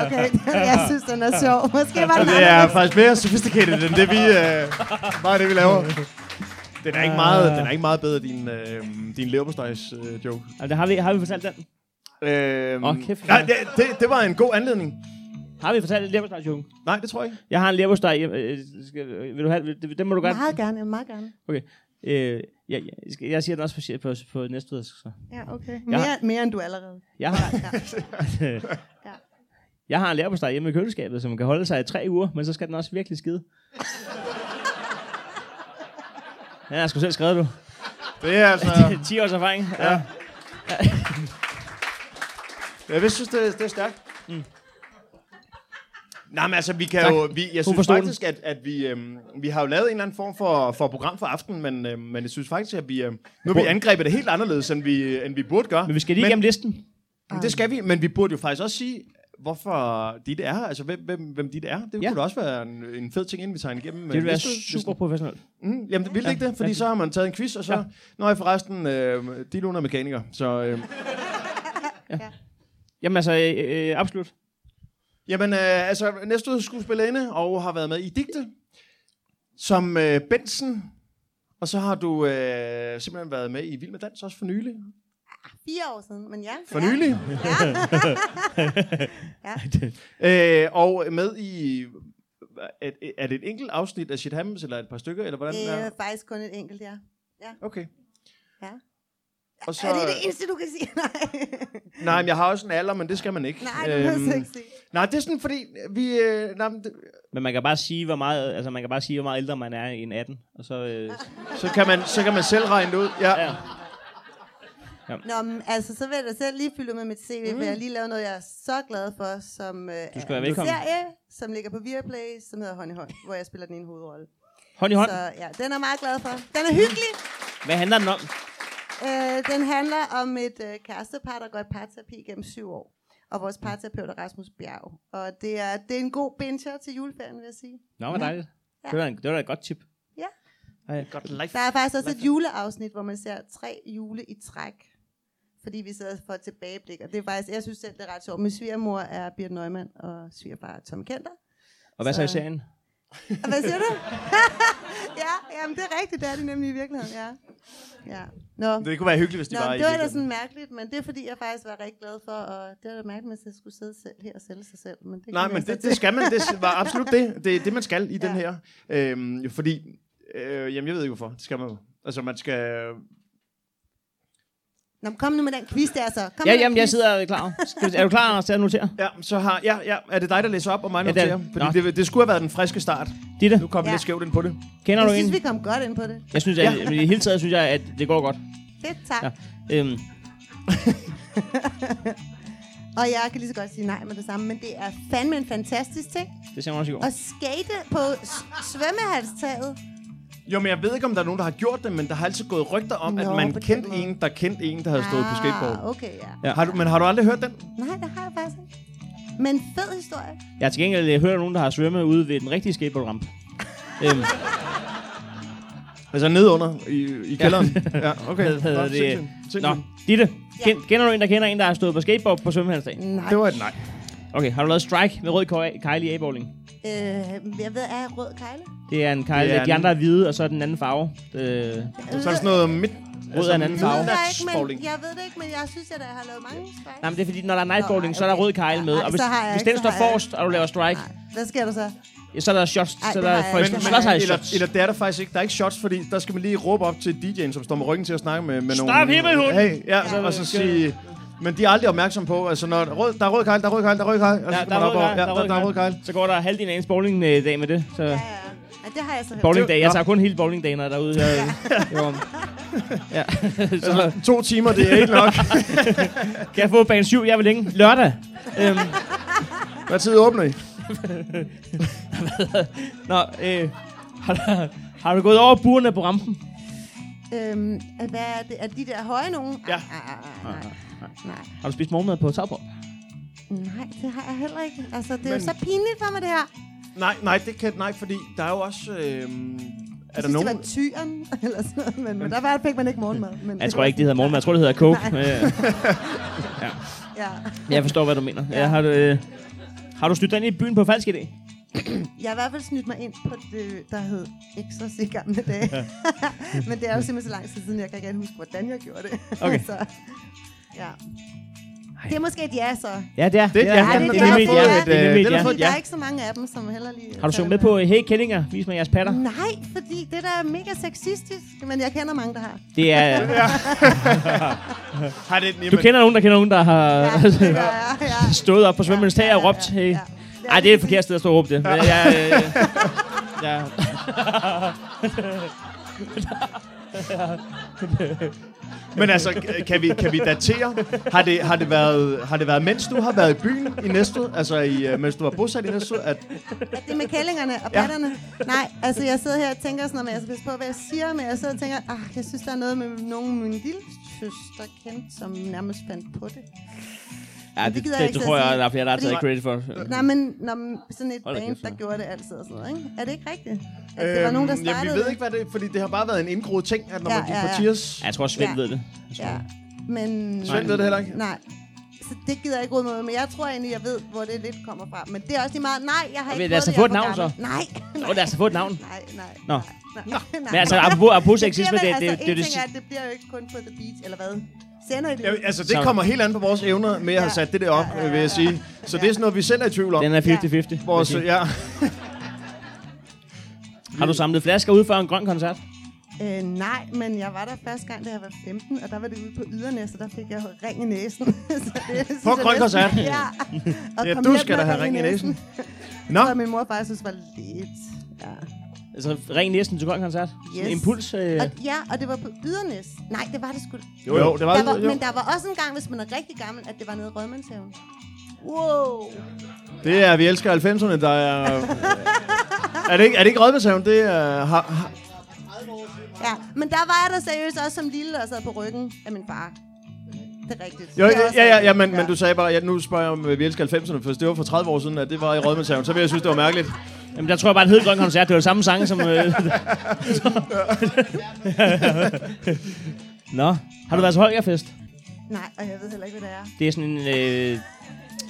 S8: okay, jeg synes, den er sjov. Måske var den
S1: Det er
S8: anderledes.
S1: faktisk mere sophisticated end det, vi, øh, bare det, vi laver. Den er ikke meget, den er ikke meget bedre, din, øh, din leverpostejs øh, joke.
S5: Altså, har, vi, har vi fortalt den?
S1: Øhm,
S5: Åh, kæft,
S1: nej,
S5: hvor-
S1: det, det, det, var en god anledning.
S5: Har vi fortalt en leverpostejsjunge?
S1: Nej, det tror jeg ikke.
S5: Jeg har en leverpostej. hjemme. Øh, skal- øh, Vil du have den? Den må du godt.
S8: Meget gerne, meget gerne.
S5: Øh, jeg, jeg, skal- jeg siger den også på, på, på næste udsk, så.
S8: Ja, okay.
S5: Ja.
S8: Mere, mere end du allerede.
S5: Jeg har,
S8: Ja.
S5: jeg har en leverpostej hjemme i køleskabet, som kan holde sig i tre uger, men så skal den også virkelig skide. Ja, jeg skulle selv skrevet, du.
S1: Det er altså...
S5: 10 års erfaring. Ja.
S1: Jeg vil synes, det, det er stærkt. Mm. Nej, men altså, vi kan
S5: Tak.
S1: jo... Vi, jeg
S5: Hun
S1: synes
S5: forstod den.
S1: faktisk, at, at vi, øhm, vi har jo lavet en eller anden form for, for program for aftenen, men, øhm, men jeg synes faktisk, at vi... Øhm, nu har vi angrebet det helt anderledes, end vi, end vi burde gøre.
S5: Men vi skal lige
S1: Men-
S5: igennem listen.
S1: Men det skal vi, men vi burde jo faktisk også sige, hvorfor dit er her. Altså, hvem, hvem, hvem dit er. Det
S5: Ja.
S1: kunne da også være en, en fed ting, inden vi tager en igennem.
S5: Det vil være super professionelt.
S1: Mm, jamen, det ville ja. ikke det, fordi så har man taget en quiz, og så... Ja. Nå, forresten, øh, de er mekaniker, så... Øh,
S5: Jamen altså, øh, øh, absolut.
S1: Jamen, øh, altså, næste ud skuespillerinde, og har været med i Digte, som øh, Benson, og så har du øh, simpelthen været med i Vild med Dans, også for nylig.
S8: Fire år siden, men ja.
S1: For
S8: ja.
S1: nylig. Ja. øh, og med i, er, er det et enkelt afsnit af Shit Happens, eller et par stykker, eller hvordan det er?
S8: Øh, faktisk kun et enkelt, ja.
S1: Okay.
S8: Ja.
S1: Og så,
S8: Så, er det det eneste, du kan sige? Nej,
S1: nej, men jeg har også en alder, men det skal man ikke.
S8: nej du kan øhm, ikke sige.
S1: nej, det er sådan, fordi vi... Øh, nej, men det,
S5: Men man kan bare sige, hvor meget, altså man kan bare sige, hvor meget ældre man er end 18. Og så, øh,
S8: Ah.
S1: så, kan man, så kan man selv regne det ud. Ja.
S5: ja.
S8: Nå, men, altså, så vil jeg da selv lige fylde ud med mit CV, mm. for jeg har lige lavet noget, jeg er så glad for, som øh,
S5: Du skal være
S8: er en
S5: velkommen.
S8: serie, som ligger på Viaplay, som hedder Hånd i Hånd, hvor jeg spiller den ene hovedrolle.
S5: Hånd i hånd.
S8: Så ja, den er jeg meget glad for. Den er hyggelig.
S5: Hvad handler den om?
S8: Øh, den handler om et øh, kærestepar, der går i parterapi gennem syv år. Og vores parterapeut er Rasmus Bjerg. Og det er, det er en god binger til juleferien, vil jeg sige.
S5: Nå, hvor dejligt.
S8: Ja.
S5: Det var, da en, det var da et godt tip.
S8: Ja.
S5: Ej.
S8: Der er faktisk også et juleafsnit, hvor man ser tre jule i træk. Fordi vi sidder for et tilbageblik. Og det er faktisk, jeg synes selv, det er ret sjovt. Min svigermor er Birte Neumann, og svigerfar er Tom Kenter.
S5: Og hvad så i
S8: Så-
S5: serien?
S8: Og hvad siger du? ja, jamen det er rigtigt, det er det nemlig i virkeligheden, ja. ja. Nå.
S1: Det kunne være hyggeligt, hvis de
S8: Nå,
S1: var i
S8: det var da
S1: virkeligheden.
S8: sådan mærkeligt, men det er fordi, jeg faktisk var rigtig glad for, og det var da mærkeligt, at jeg skulle sidde selv her og sælge sig selv. Men det
S1: Nej,
S8: kan man
S1: men
S8: så
S1: det,
S8: til.
S1: det skal man. Det var absolut det. Det er det, man skal i ja. den her.
S8: Ja.
S1: Øhm, jo, fordi, øh, jamen jeg ved ikke hvorfor. Det skal man jo. Altså man skal...
S8: Nå, men kom nu med den quiz der, så. Kom
S5: Ja,
S8: med den
S5: jamen, jeg
S8: quiz.
S5: sidder klar. Skal vi, er du klar, Anders, til at notere?
S1: Ja, så har... Ja, ja, er det dig, der læser op og mig
S5: Ja, det er
S1: noterer?
S5: det.
S1: fordi det, det skulle have været den friske start.
S5: Ditte,
S1: Nu kom vi
S8: Ja.
S1: lidt skævt ind på det.
S5: kender du
S8: Jeg
S5: en?
S8: synes, vi kom godt ind på det.
S5: Jeg synes, at, men i hele taget synes jeg, at det går godt.
S8: Fedt, tak.
S5: Ja.
S8: Ja.
S5: Øhm,
S8: Og jeg kan lige så godt sige nej med det samme, men det er fandme en fantastisk ting.
S5: det ser man også i går.
S8: At skate på s- svømmehalstaget.
S1: Jo, men jeg ved ikke, om der er nogen, der har gjort det, men der har altid gået rygter om, Nå,
S8: Nå,
S1: at
S8: på
S1: man
S8: den
S1: kendte
S8: måde.
S1: en, der kendte en, der havde stået ah, på skateboard.
S8: Ah, okay, ja.
S1: Ja. Har du, men har du aldrig hørt den?
S8: Nej, det har jeg faktisk ikke. Men fed historie.
S5: Jeg har til gengæld øh, hørt om nogen, der har svømmet ude ved den rigtige skateboardramp. øhm,
S1: Altså nede under i, i kælderen? Ja, ja okay.
S5: hvad hedder
S1: Nå,
S5: det?
S1: sindssygt, sindssygt.
S5: Nå, Ditte, ken- kender du en, der kender en, der har stået på skateboard på svømmehalsdagen?
S8: Nej.
S1: Det var et nej.
S5: Okay, har du lavet strike med rød køj- kejle i A-bowling?
S8: Øh, jeg ved, er jeg rød kejle?
S5: Det er en kejle,
S1: Det er
S5: de
S1: en-
S5: andre er hvide, og så er den anden farve. Øh, Det,
S1: Så er der sådan noget midt...
S5: Rød er en anden
S8: Det ved
S5: farve.
S8: jeg ikke,
S1: Midnatsbowling.
S8: men jeg ved det ikke, men jeg synes, at jeg har lavet mange strikes.
S5: Nej, men det er fordi, når der er nightbowling,
S8: Nå,
S5: så er der
S8: okay.
S5: rød kejle med.
S8: Nej,
S5: Og hvis,
S8: så har jeg
S5: hvis
S8: ikke,
S5: den
S8: så
S5: står
S8: har jeg
S5: forrest, og du laver strike,
S8: Nej, Hvad sker der så?
S5: ja, så er der shots.
S8: Ej,
S5: så er
S8: det
S5: der
S8: har jeg
S5: for
S8: ikke.
S5: eksempel
S8: Det har
S5: slås
S8: jeg
S5: i
S8: ikke.
S1: Eller,
S5: shots.
S1: eller det er der faktisk ikke. Der er ikke shots, fordi der skal man lige råbe op til DJ'en, som står med ryggen til at snakke med, med
S5: Stop
S1: nogle...
S5: himmelhunden!
S1: Hey, ja, ja, og så sige... Men de er aldrig opmærksomme på, altså når rød, der er rød kejl, der er rød kejl, Altså, der er rød kejl, og så
S5: Ja,
S1: skal
S5: der
S1: man
S5: er
S1: op
S5: rød
S1: over,
S5: kejle,
S1: ja, der, der er rød kejl.
S5: Så går der halvdelen af ens bowlingdag med det. Så
S8: Ja, ja. Ej, det har jeg så hørt.
S5: bowlingdag. Jeg
S1: Nå.
S5: tager kun hele bowlingdagen, når jeg er derude. Jeg, jo, om- ja. så
S1: Altså, to timer, det er ikke nok.
S5: kan jeg få bane 7, jeg vil længe. Lørdag. Øhm,
S1: Hvad tid åbner I?
S5: nå, øh, har, du, har du gået over burene på rampen?
S8: Øhm, hvad er det? Er de der høje nogen?
S1: Ja.
S8: Ej, ej, ej, nej. Nej.
S5: Har du spist morgenmad på Sauerborg?
S8: Nej, det har jeg heller ikke. Altså, det er jo så pinligt for mig, det her.
S1: Nej, nej, det kan, nej, fordi øhm, der er jo også... Øh,
S8: Er der nogen? det var tyren, eller sådan noget, men, men der var, fik man ikke morgenmad. Men
S5: Jeg tror ikke, det hedder morgenmad. Jeg tror, det hedder coke.
S8: Nej.
S5: Øh,
S8: Ja.
S5: Jeg forstår, hvad du mener. Ja, har, du, øh, har du snydt dig ind i byen på falsk idé?
S8: Jeg har i hvert fald snydt mig ind på det, der hed Exos i gamle dage. men det er jo simpelthen så lang tid siden, jeg kan ikke rigtig huske, hvordan jeg gjorde det.
S5: Okay.
S8: så, ja. Det er måske et ja, så. Ja,
S5: Ja, det er.
S1: Det er et ja.
S8: det,
S1: men
S8: er
S1: det
S8: et ja,
S1: har
S8: for
S5: nemlig et ja.
S1: fået
S8: ja.
S5: Det
S1: et,
S5: er
S1: øh,
S5: nemlig et
S1: det har
S5: ja.
S1: fået et
S8: Der
S1: ja.
S8: er ikke så mange af dem, som heller lige...
S5: Har du sunget
S8: tager
S5: med
S8: det
S5: på øh, Hey Kællinger, vis mig jeres patter?
S8: Nej, fordi det der er mega sexistisk, men jeg kender mange, der har.
S5: Det er,
S1: Har det
S5: du kender nogen, der kender nogen, der har
S8: Ja, det gør jeg, ja.
S5: stået op på svømmens tag og råbt, hey. Ej, det er et forkert sted at stå og råbe det. Men Jeg, øh, jeg,
S1: Men altså, k- kan vi, kan vi datere? Har det, har, det været, har det været, mens du har været i byen i Næstved? Altså, i, øh, mens du var bosat i Næstved? At,
S8: At det er med kællingerne og
S1: Ja.
S8: patterne. Ja. Nej, altså jeg sidder her og tænker sådan, at jeg skal passe på, hvad jeg siger, men jeg sidder og tænker, ah, jeg synes, der er noget med nogen af mine lille søster kendt, som nærmest fandt på det.
S5: ja,
S8: det
S5: det,
S8: gider
S5: det,
S8: jeg ikke
S5: det
S8: sidde
S5: tror
S8: og
S5: jeg,
S8: sige.
S5: der er flere, der har taget
S8: Fordi-
S5: credit for.
S8: Nej, men når man- sådan et
S5: Hold da
S8: band,
S5: kæft,
S8: der
S5: ja.
S8: gjorde det altid og sådan noget, ikke? Er det ikke rigtigt? At det var nogen, der
S1: Øhm,
S8: startede
S1: Jamen, vi ved
S8: det?
S1: ikke, hvad det er, fordi det har bare været en indgroet ting, at når
S8: Ja,
S1: man gik
S8: ja,
S1: på
S8: ja.
S1: tiers...
S5: Ja, jeg tror, Svend
S8: Ja.
S5: ved det. Jeg tror-
S8: Ja,
S5: Mm.
S8: men...
S1: Svend ved det heller ikke.
S8: Nej. Så det gider jeg ikke ud med, men jeg tror egentlig, jeg ved, hvor det lidt kommer fra. Men det er også lige meget... Nej, jeg har
S5: Men
S8: ikke
S5: lad os
S8: fået det,
S5: altså få et navn,
S8: jeg er for
S5: så.
S8: gammel. Nej.
S5: Nå, lad os få et navn.
S8: Nej, nej.
S5: Nå.
S8: Nej, nej, nej.
S5: Men altså, apropos, apropos sexisme, det,
S8: bliver
S5: det,
S8: vel-
S5: det,
S8: altså,
S5: det,
S8: en
S5: det,
S8: ting er, at det bliver jo ikke kun på The Beach, eller hvad? Sender I det?
S1: Ja, altså, det
S5: Så-
S1: kommer helt an på vores evner med at have sat det der op,
S8: Ja, ja, ja,
S1: vil jeg
S8: ja.
S1: sige. Så det er sådan noget, vi selv er i tvivl om.
S5: den er 50-50.
S1: Vores,
S5: vil jeg
S1: ja.
S5: sige. Har du samlet flasker ud før en grøn koncert?
S8: Øh, nej, men jeg var der første gang, da jeg var 15, og der var det ude på Ydernæs, og der fik jeg ring i næsen. Så det synes jeg
S1: Grøn
S8: næsten-
S1: Koncert.
S8: Ja. Og
S1: Ja,
S8: kom
S1: du
S8: hjem
S1: skal
S8: med
S1: da have ring i næsen. Nå,
S8: Nå. Så min mor bare synes var lidt... Ja.
S5: Altså, ring næsten til grøn koncert. Sådan en
S8: Yes.
S5: Impuls. Øh,
S8: Og, ja, og det var på Ydernæs. Nej, det var det sgu.
S1: jo, jo, det var,
S8: Der var,
S1: jo.
S8: men der var også en gang, hvis man er rigtig gammel, at det var nede i Rødmandshaven. Wow.
S1: Det er, vi elsker 90'erne, der er... er det ikke, er det ikke Rødbæshaven? Det er... Har, har,
S8: Ja, men der var jeg der seriøst også som lille og sad på ryggen af min far. Det er rigtigt.
S1: jo,
S8: Det er
S1: ja,
S8: også
S1: ja, ja,
S8: rigtigt.
S1: men, men du sagde bare, ja, nu spørger jeg om, øh, vi elsker 90'erne, for hvis det var for 30 år siden, at det var i Rødbæshaven, så ville jeg synes, det var mærkeligt.
S5: Jamen, der tror jeg bare, det hed Grøn Koncert. Det var samme sang som... Øh... Nå, har du været til Holgerfest?
S8: Nej, og jeg ved heller ikke, hvad det er.
S5: Det er sådan en øh,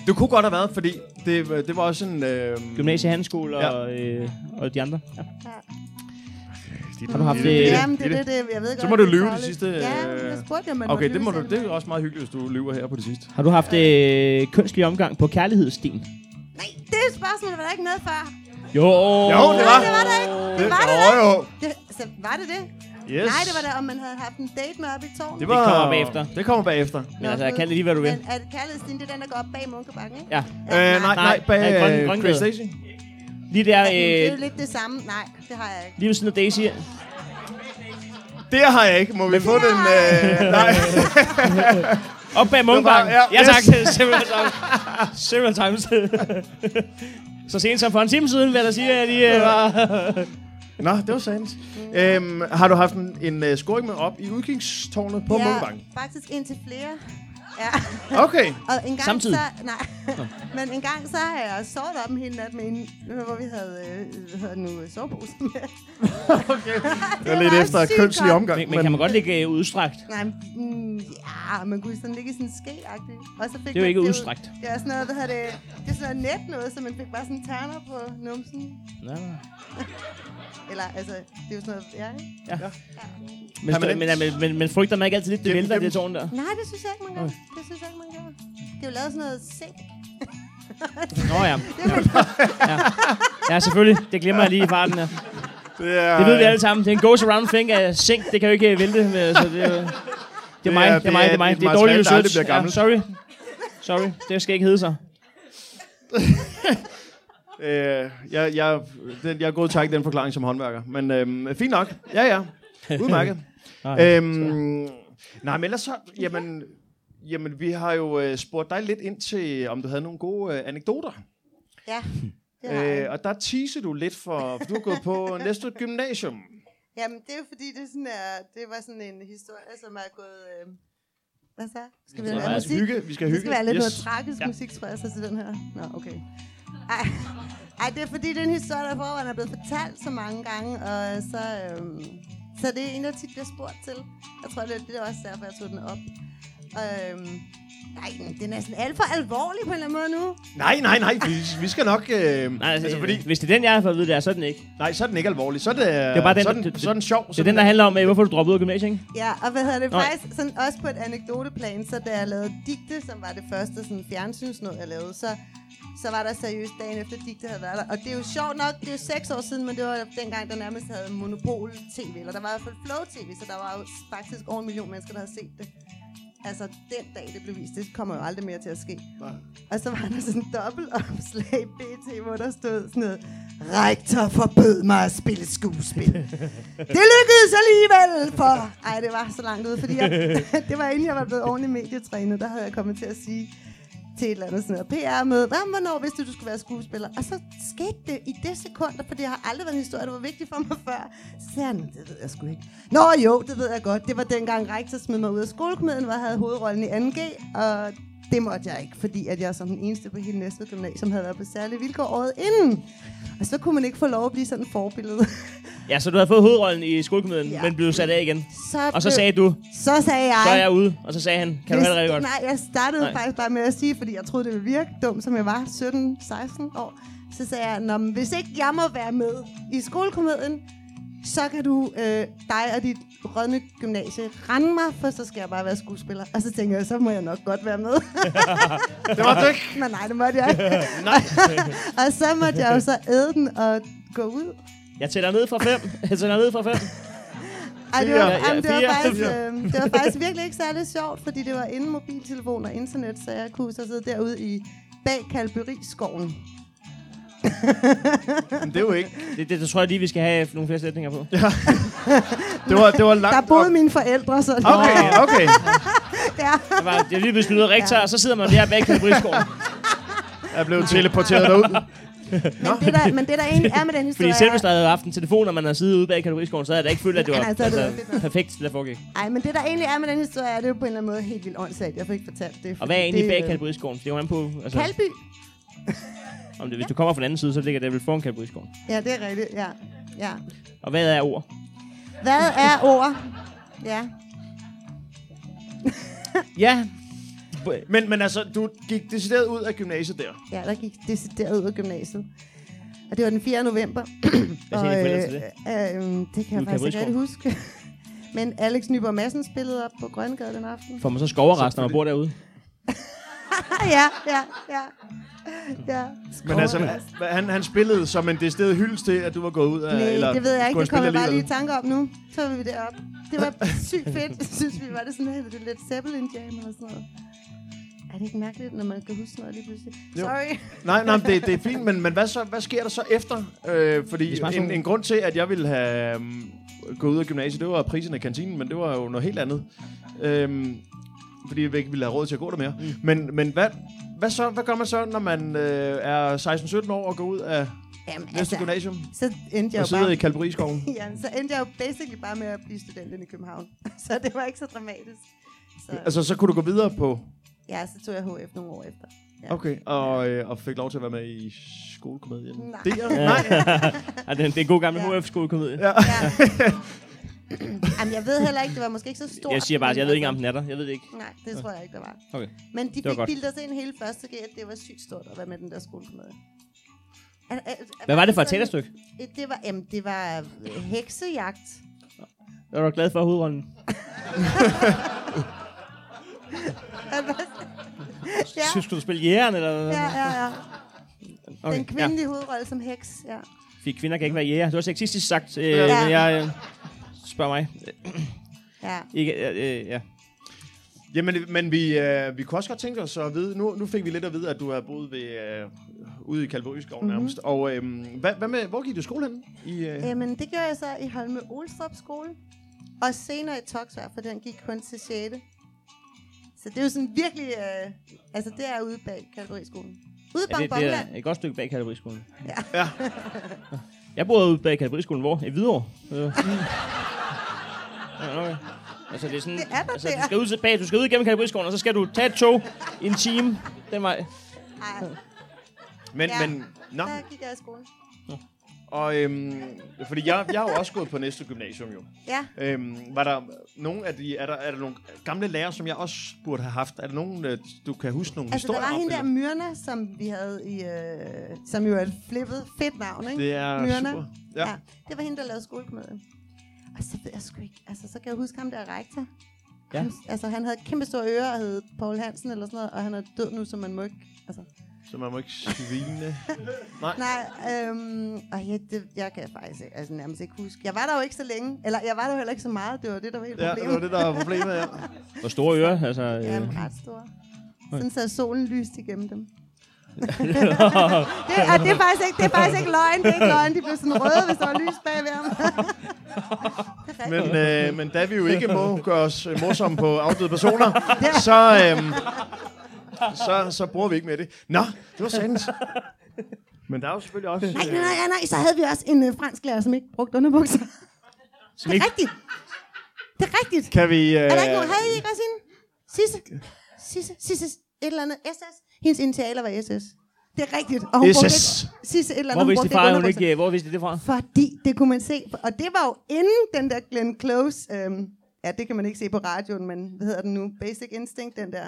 S1: Det kunne godt have været, fordi det, det var også en... Øh,
S5: gymnasiehandskole
S1: Ja.
S5: og, øh, og de andre. Ja.
S8: Ja.
S5: Har du haft
S8: Øh,
S5: det?
S8: Jamen, det er det, det, jeg ved godt.
S1: må du
S8: det er
S1: lyve det
S8: farligt.
S1: sidste,
S8: Ja, men
S1: øh,
S8: jeg spurgte, om man
S1: Okay,
S8: måtte
S1: det, må du,
S8: lyve
S1: det er også meget hyggeligt, hvis du lyver her på det sidste.
S5: Har du haft øh, kønslig omgang på kærlighedsstien?
S8: selv. Nej, det er et spørgsmål, der var der ikke med før.
S5: Jo,
S1: Jo, det var.
S8: Nej, det var der ikke. Det var det
S1: jo,
S8: da.
S1: jo.
S8: Det, så var det det?
S1: Yes.
S8: Nej, det var da, om man havde haft en date med op i tårnet.
S1: Det,
S5: var- Det kommer bagefter.
S1: Det kommer bagefter.
S5: Men altså, jeg kan det lige, hvad du vil.
S8: Men er det kærlighedsstien, det er den, der går op bag munkebakken, ikke?
S5: Ja,
S1: Øh, nej, nej,
S5: Nej,
S1: bag
S5: nej, grøn-
S1: øh,
S5: grøn
S1: Chris
S5: glæde.
S1: Stacy.
S5: lige der...
S8: Det er
S5: Øh,
S8: jo lidt det samme. Nej, det har jeg ikke.
S5: lige ved siden af Daisy.
S1: Det har jeg ikke. Må vi få den? Øh, nej.
S5: Op bag mungbanken.
S1: Det var- ja,
S5: Ja, tak.
S1: yes.
S5: Several times. Several times. Så sent som for en time siden, vil jeg da sige, at I øh, var...
S1: Nå, det var sandt. Øhm, har du haft en, en uh, scoring med op i udkigstårnet på ja. Munkbank?
S8: faktisk indtil flere. Ja.
S1: Okay.
S8: Og en gang
S5: Samtidig?
S8: Så, nej. Men en gang så har jeg sovet op en hel nat med en, hvor vi havde, øh, hvad hedder det nu, øh, sovepose med. okay.
S1: Jeg er lidt efter kønslig omgang.
S5: Men, men kan man godt ligge øh, udstrakt?
S8: Nej, men, mm, ja, man kunne sådan ligge i sådan en ske Og så fik
S5: er jo
S8: man-
S5: ikke
S8: var-
S5: udstrakt.
S8: Det er sådan noget, hvad hedder det, det er sådan noget net noget, så man fik bare sådan terner på numsen.
S5: Nå.
S8: Eller altså, det er jo sådan noget, ja. ikke?
S5: Men, stå, men, men, men, men frygter man ikke altid lidt, det
S1: Gennem-
S5: vælter i det tårn
S1: gennem-
S5: der?
S8: Nej, det synes jeg ikke, man gør. Det synes jeg ikke, man gør. Det er jo lavet sådan noget seng.
S5: Nå ja. ja. Ja, selvfølgelig. Det glemmer jeg lige i farten her.
S1: det, er,
S5: Det ved vi alle sammen. Det er en goes around thing af sink. Det kan jo ikke øh, vælte. Med, så det, er jo- det er mig, det er mig, det er mig. Det er
S1: materiale,
S5: dårlig
S1: der aldrig
S5: research.
S1: bliver
S5: Ja,
S1: gammelt.
S5: sorry. Sorry. Det skal ikke hedde sig.
S1: Øh, jeg, jeg, den, jeg er god tak den forklaring som håndværker. Men øhm, fint nok. Ja, ja. Udmærket.
S5: Ah,
S1: øhm, nej, men ellers så... Jamen, jamen vi har jo øh, spurgt dig lidt ind til, om du havde nogle gode øh, anekdoter.
S8: Ja, det har jeg.
S1: Øh, og der teaser du lidt for, for du har gået på næste gymnasium.
S8: Jamen, det er jo fordi, det, er sådan, er, det var sådan en historie, som er gået... Øh, hvad så? Skal vi
S5: Så
S8: have
S5: er det
S8: noget musik?
S1: altså Hygge, vi skal
S8: Det
S1: hygge.
S8: skal være lidt yes. noget
S1: yes.
S8: tragisk
S5: Ja.
S8: musik, tror jeg, så til den her. Nå, okay. Ej, ej, det er fordi, den historie, der i forvejen er blevet fortalt så mange gange, og så, øhm, så det er en, der tit bliver spurgt til. Jeg tror, det er, det er også derfor, jeg tog den op. Og, øhm, nej, den er sådan alt for alvorlig på en eller anden måde nu.
S1: Nej, nej, nej. Vi, vi skal nok... Øh,
S5: Nej, altså,
S1: altså, fordi,
S5: Hvis det er den, jeg har fået at vide, det er, så er den ikke.
S1: nej, så er den ikke alvorlig. Så er det, det
S5: er bare den,
S1: så er den,
S5: det- det-
S1: så er den sjov.
S5: Det er den, der handler om, øh, hvorfor du droppede ud af gymnasiet, ikke?
S8: Ja, og hvad hedder det?
S5: Nå.
S8: Faktisk sådan, også på et anekdoteplan, så da jeg lavede digte, som var det første sådan, fjernsynsnåd, jeg lavede, så, så var der seriøst dagen efter digte havde været der. Og det er jo sjovt nok, det er jo seks år siden, men det var dengang, der nærmest havde monopol-tv, eller der var i hvert fald flow-tv, så der var jo faktisk over en million mennesker, der havde set det. Altså, den dag, det blev vist, det kommer jo aldrig mere til at ske. Og så var der sådan en dobbelt opslag i BT, hvor der stod sådan noget, Rektor forbød mig at spille skuespil. det lykkedes alligevel, for... Ej, det var så langt ude, fordi jeg, det var inden jeg var blevet ordentlig medietrænet, der havde jeg kommet til at sige til et eller andet sådan noget PR-møde, "Hvad, hvornår vidste du, du skulle være skuespiller? Og så skete det i det sekund, for det har aldrig været en historie, der var vigtig for mig før. Så sagde han, det ved jeg sgu ikke. Nå jo, det ved jeg godt. Det var dengang rektor smed mig ud af skolekomedien, hvor jeg havde hovedrollen i 2G, og det måtte jeg ikke, fordi at jeg som den eneste på hele næste gymnasium havde været på særlige vilkår året inden. Og så kunne man ikke få lov at blive sådan en forbillede.
S5: Ja, så du havde fået hovedrollen i skolekomedien,
S8: Ja.
S5: men blev sat af igen.
S8: Så
S5: Og så
S8: blev-
S5: sagde du,
S8: så sagde jeg...
S5: så er jeg ude. Og så sagde han, kan du
S8: Hvis-
S5: have det rigtig godt?
S8: Nej, jeg startede
S5: Nej.
S8: nej. faktisk bare med at sige, fordi jeg troede, det ville virke dumt, som jeg var 17-16 år. Så sagde jeg, Nå, men hvis ikke jeg må være med i skolekomedien, så kan du, øh, dig og dit rødne gymnasie, rende mig, for så skal jeg bare være skuespiller. Og så tænkte jeg, så må jeg nok godt være med.
S1: Det var det ikke.
S8: Men nej, det måtte jeg ikke. og så måtte jeg jo så æde den og gå ud.
S5: Jeg tæller ned fra fem. Jeg tæller ned fra fem.
S8: Ej, det, var,
S5: Fire.
S8: jamen, det, var
S5: Fire.
S8: faktisk, øh, det var faktisk virkelig ikke særlig sjovt, fordi det var inden mobiltelefon og internet, så jeg kunne så sidde derude i bag Kalberiskoven.
S1: Men det er jo ikke.
S5: Det, det, det tror jeg lige, vi skal have nogle flere sætninger på.
S1: Det var, det var langt.
S5: Ah,
S8: Der boede mine forældre, så det
S1: Okay,
S8: var,
S1: okay.
S8: ja.
S5: Jeg var, jeg er lige besluttet rigtig, og så sidder man der bag Kalibrisgården.
S1: Jeg blev teleporteret derud.
S8: men, det der, men det der egentlig er med den
S5: Fordi
S8: historie...
S5: selv hvis der havde haft en telefon, og man havde siddet ude bag Kalibrisgården, så havde jeg da ikke følt, at det var
S8: Nej, så havde det været fedt
S5: altså,
S8: nok.
S5: perfekt, det der foregik.
S8: Ej, men det der egentlig er med den historie, er det er jo på en eller anden måde helt vildt åndssagt. Jeg fik ikke fortalt det.
S5: Og hvad er
S8: fordi
S5: egentlig
S8: det,
S5: bag
S8: øh,
S5: Kalibrisgården? Det er jo an på... Altså,
S8: Kalby.
S5: om det, hvis du kommer fra den anden side, så ligger det vel foran Kalibrisgården.
S8: Ja, det er rigtigt, ja. ja.
S5: Og hvad er ord?
S8: Hvad er ord? Ja.
S5: Ja,
S1: Men, men altså, du gik decideret ud af gymnasiet der.
S8: Ja, der gik decideret ud af gymnasiet. Og det var den 4. november.
S5: Hvad sagde dine forældre til det?
S8: Øh, øh,
S5: Ude
S8: det kan
S5: i
S8: jeg faktisk
S5: Kapperiskov?
S8: ikke rigtig huske. Men Alex Nyborg Madsen spillede op på Grønnegade den aften.
S5: får man så skoverrest, når man bor derude.
S8: Ah, ja, ja, ja. ja.
S1: Men altså, hva- han, han spillede som en decideret hyldest til, at du var gået ud af...
S8: Nej,
S1: eller
S8: det ved jeg ikke. Det
S1: kunne
S8: kommer
S1: han
S8: jeg bare
S1: spille
S8: lige i tanke om nu. Så var vi derop. Det var sygt fedt. Jeg synes, vi var det sådan lidt, lidt Zeppelin Jam eller sådan noget. Er det ikke mærkeligt, når man kan huske noget lige pludselig?
S1: Jo.
S8: Sorry.
S1: alligevel. Nej, nej, men det, det er fint, men, men hvad, så, hvad sker der så efter? Øh, fordi
S5: smager
S1: en,
S5: sådan-
S1: en grund til, at jeg ville have um, gået ud af gymnasiet, det var priserne i kantinen, men det var jo noget helt andet. Øhm, fordi vi ikke ville have råd til at gå der mere. Mm. Men, men hvad, hvad, så, hvad gør man så, når man øh, er 16-17 år og går ud af
S8: Jamen,
S1: næste gymnasium
S8: så endte
S1: og
S8: jeg Altså, jo bare...
S1: sidder i Kalberiskoven?
S8: Ja, så endte jeg jo basically bare med at blive student i København. Så det var ikke så dramatisk. Så,
S1: Altså, så kunne du gå videre på...
S8: ja, så tog jeg HF nogle år efter. Ja.
S1: Okay, og, øh, og fik lov til at være med i skolekomedien.
S8: Nej.
S1: Det er, nej.
S5: Ja, det, det er en god gammel
S8: Ja.
S5: HF-skolekomedie.
S8: Ja. Jamen, jeg ved heller ikke, det var måske ikke så stort.
S5: Jeg siger bare, at jeg ved ikke, om
S8: det.
S5: den er der. Jeg ved det ikke.
S8: Nej, det tror jeg ikke, der var.
S5: Okay.
S8: Men de
S5: var
S8: fik
S5: godt.
S8: bildet os ind hele første G, at det var sygt stort at være med i den der skolekomedie. Er- er- er-
S5: Hvad var det for et
S8: sådan-
S5: teaterstykke?
S8: Det var, jamen, det var øh, heksejagt.
S5: Jeg var glad for hovedrollen.
S8: Ja.
S5: Ja. Skulle du spille jægeren, eller hvad?
S8: Ja, ja, ja. Den
S5: ja.
S8: kvindelige hovedrolle som heks, ja.
S5: Fordi kvinder kan ikke være jæger. Det var sexistisk sagt, øh,
S8: Ja.
S5: men jeg... Øh, spørg mig.
S8: ja.
S5: Ikke, øh, øh, ja.
S1: Jamen, men vi, øh, vi kunne også godt tænke os at vide, nu, nu fik vi lidt at vide, at du har boet ved, øh, ude i Kalveriskoven
S8: Mhm.
S1: mm-hmm. nærmest, og øh, hvad, hvad med, hvor gik du i skole henne? I, øh,
S8: Jamen, det gjorde jeg så i Holme Olstrup skole. Og senere i Toksvær, for den gik kun til 6. Så det er jo sådan virkelig... Øh, altså, det er ude bag kategoriskolen. Ude
S5: Ja, det,
S8: bag ja,
S5: det
S8: Bongland.
S5: er et godt stykke bag Kalaberiskolen. Ja. jeg boede ude bag Kalaberiskolen, hvor? I Hvidovre. Øh. Ja, okay. Altså, det er sådan,
S8: Det er der
S5: altså, du
S8: der.
S5: skal ud til bag, du skal ud igennem Kalaberiskolen, og så skal du tage et tog i en time den vej.
S8: Ej,
S1: men,
S8: ja.
S1: men Nå.
S8: Der gik jeg i skole.
S1: Og øhm, fordi jeg, jeg har jo også gået på næste gymnasium jo.
S8: Ja.
S1: Øhm, var der nogen af de, er, der, er der nogle gamle lærere, som jeg også burde have haft? Er der nogen, øh, du kan huske nogle
S8: Altså, der
S1: historier
S8: var
S1: om?
S8: hende der
S1: eller?
S8: Myrna, som vi havde i... Øh, som jo er et flippet fedt navn, ikke?
S1: det er
S8: Myrna.
S1: super.
S8: Ja.
S1: Ja.
S8: ja. Det var hende, der lavede skolekomedien. Og så ved jeg sgu ikke. Altså, så kan jeg huske ham der rektor.
S2: Ja.
S8: Han, altså, han havde kæmpe store ører og hed Paul Hansen eller sådan noget, og han er død nu, som man må ikke. Altså.
S1: Så man må ikke svine.
S8: Nej, øhm, og jeg, det, jeg kan faktisk ikke, altså, nærmest ikke huske. Jeg var der jo ikke så længe, eller jeg var der jo heller ikke så meget, det var det, der var helt
S1: ja, det var
S8: problemet.
S1: det, der var problemet, ja.
S2: Hvor store ører, altså...
S8: Ja,
S2: Øh,
S8: men ret store. Sådan så solen lyst igennem dem. det, og det er, faktisk ikke, det er faktisk ikke løgn, det er ikke løgn. De blev sådan røde, hvis der var lys bagved ham.
S1: Men, øh, men da vi jo ikke må gøre os øh, morsomme på afdøde personer, så, øhm, så, så bruger vi ikke med det. Nå, det var sandt. Men der er jo selvfølgelig også... øh,
S8: Nej, nej, nej, nej, så havde vi også en øh, fransk lærer, som ikke brugte underbukser. Det er rigtigt. Det er rigtigt.
S1: Kan vi... Øh,
S8: Er der ikke nogen, havde I ikke også hende? Sisse. Sisse, Sisse, et eller andet. SS. Hendes initialer var SS. Det er rigtigt. Og hun brugte
S1: SS.
S8: ikke- Sisse, et eller
S5: Hvor
S8: andet. hun
S5: vidste
S8: brugte
S5: det fra, at hun
S8: underbukser.
S5: ikke... øh, Hvor vidste de det fra?
S8: Fordi det kunne man se. Og det var jo inden den der Glenn Close... Øhm, ja, det kan man ikke se på radioen, men hvad hedder den nu? Basic Instinct, den der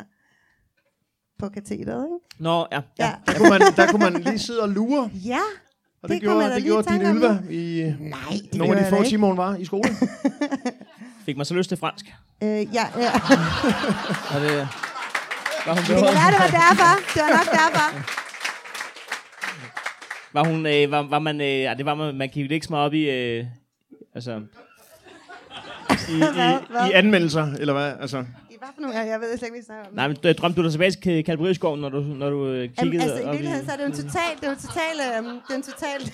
S8: på katheteret, ikke?
S5: Nå, ja. ja.
S8: Ja.
S1: Der, kunne man, der kunne man lige sidde og lure, og
S8: Ja.
S1: det,
S8: Det
S1: det
S8: kunne man
S1: gjorde, det
S8: da
S1: gjorde
S8: lige
S1: din
S8: i tanke om.
S1: Ylva i øh,
S8: Nej, det
S1: nogle af
S8: gjorde
S1: de
S8: jeg da
S1: få
S8: ikke.
S1: timer, hun var i skole.
S5: Fik mig så lyst til fransk.
S8: Øh, ja, ja.
S5: Og det... Var hun,
S8: Det kan være, det var derfor. Det var nok derfor.
S5: var hun... Øh, var, var man... Øh, ja, det var man... Man kiggede ikke så meget op i... Øh, altså...
S1: I, i, i anmeldelser, eller hvad? Altså,
S8: I hvad for nogle? Jeg, jeg ved slet ikke, hvad I snakker om.
S5: Nej, men øh, drømte du dig tilbage til Kalveriskoven, når du, når du øh, kiggede
S8: Jamen, altså, i
S5: op
S8: virkeligheden, så er det jo en total... Det er jo en total... Øhm, det er en total...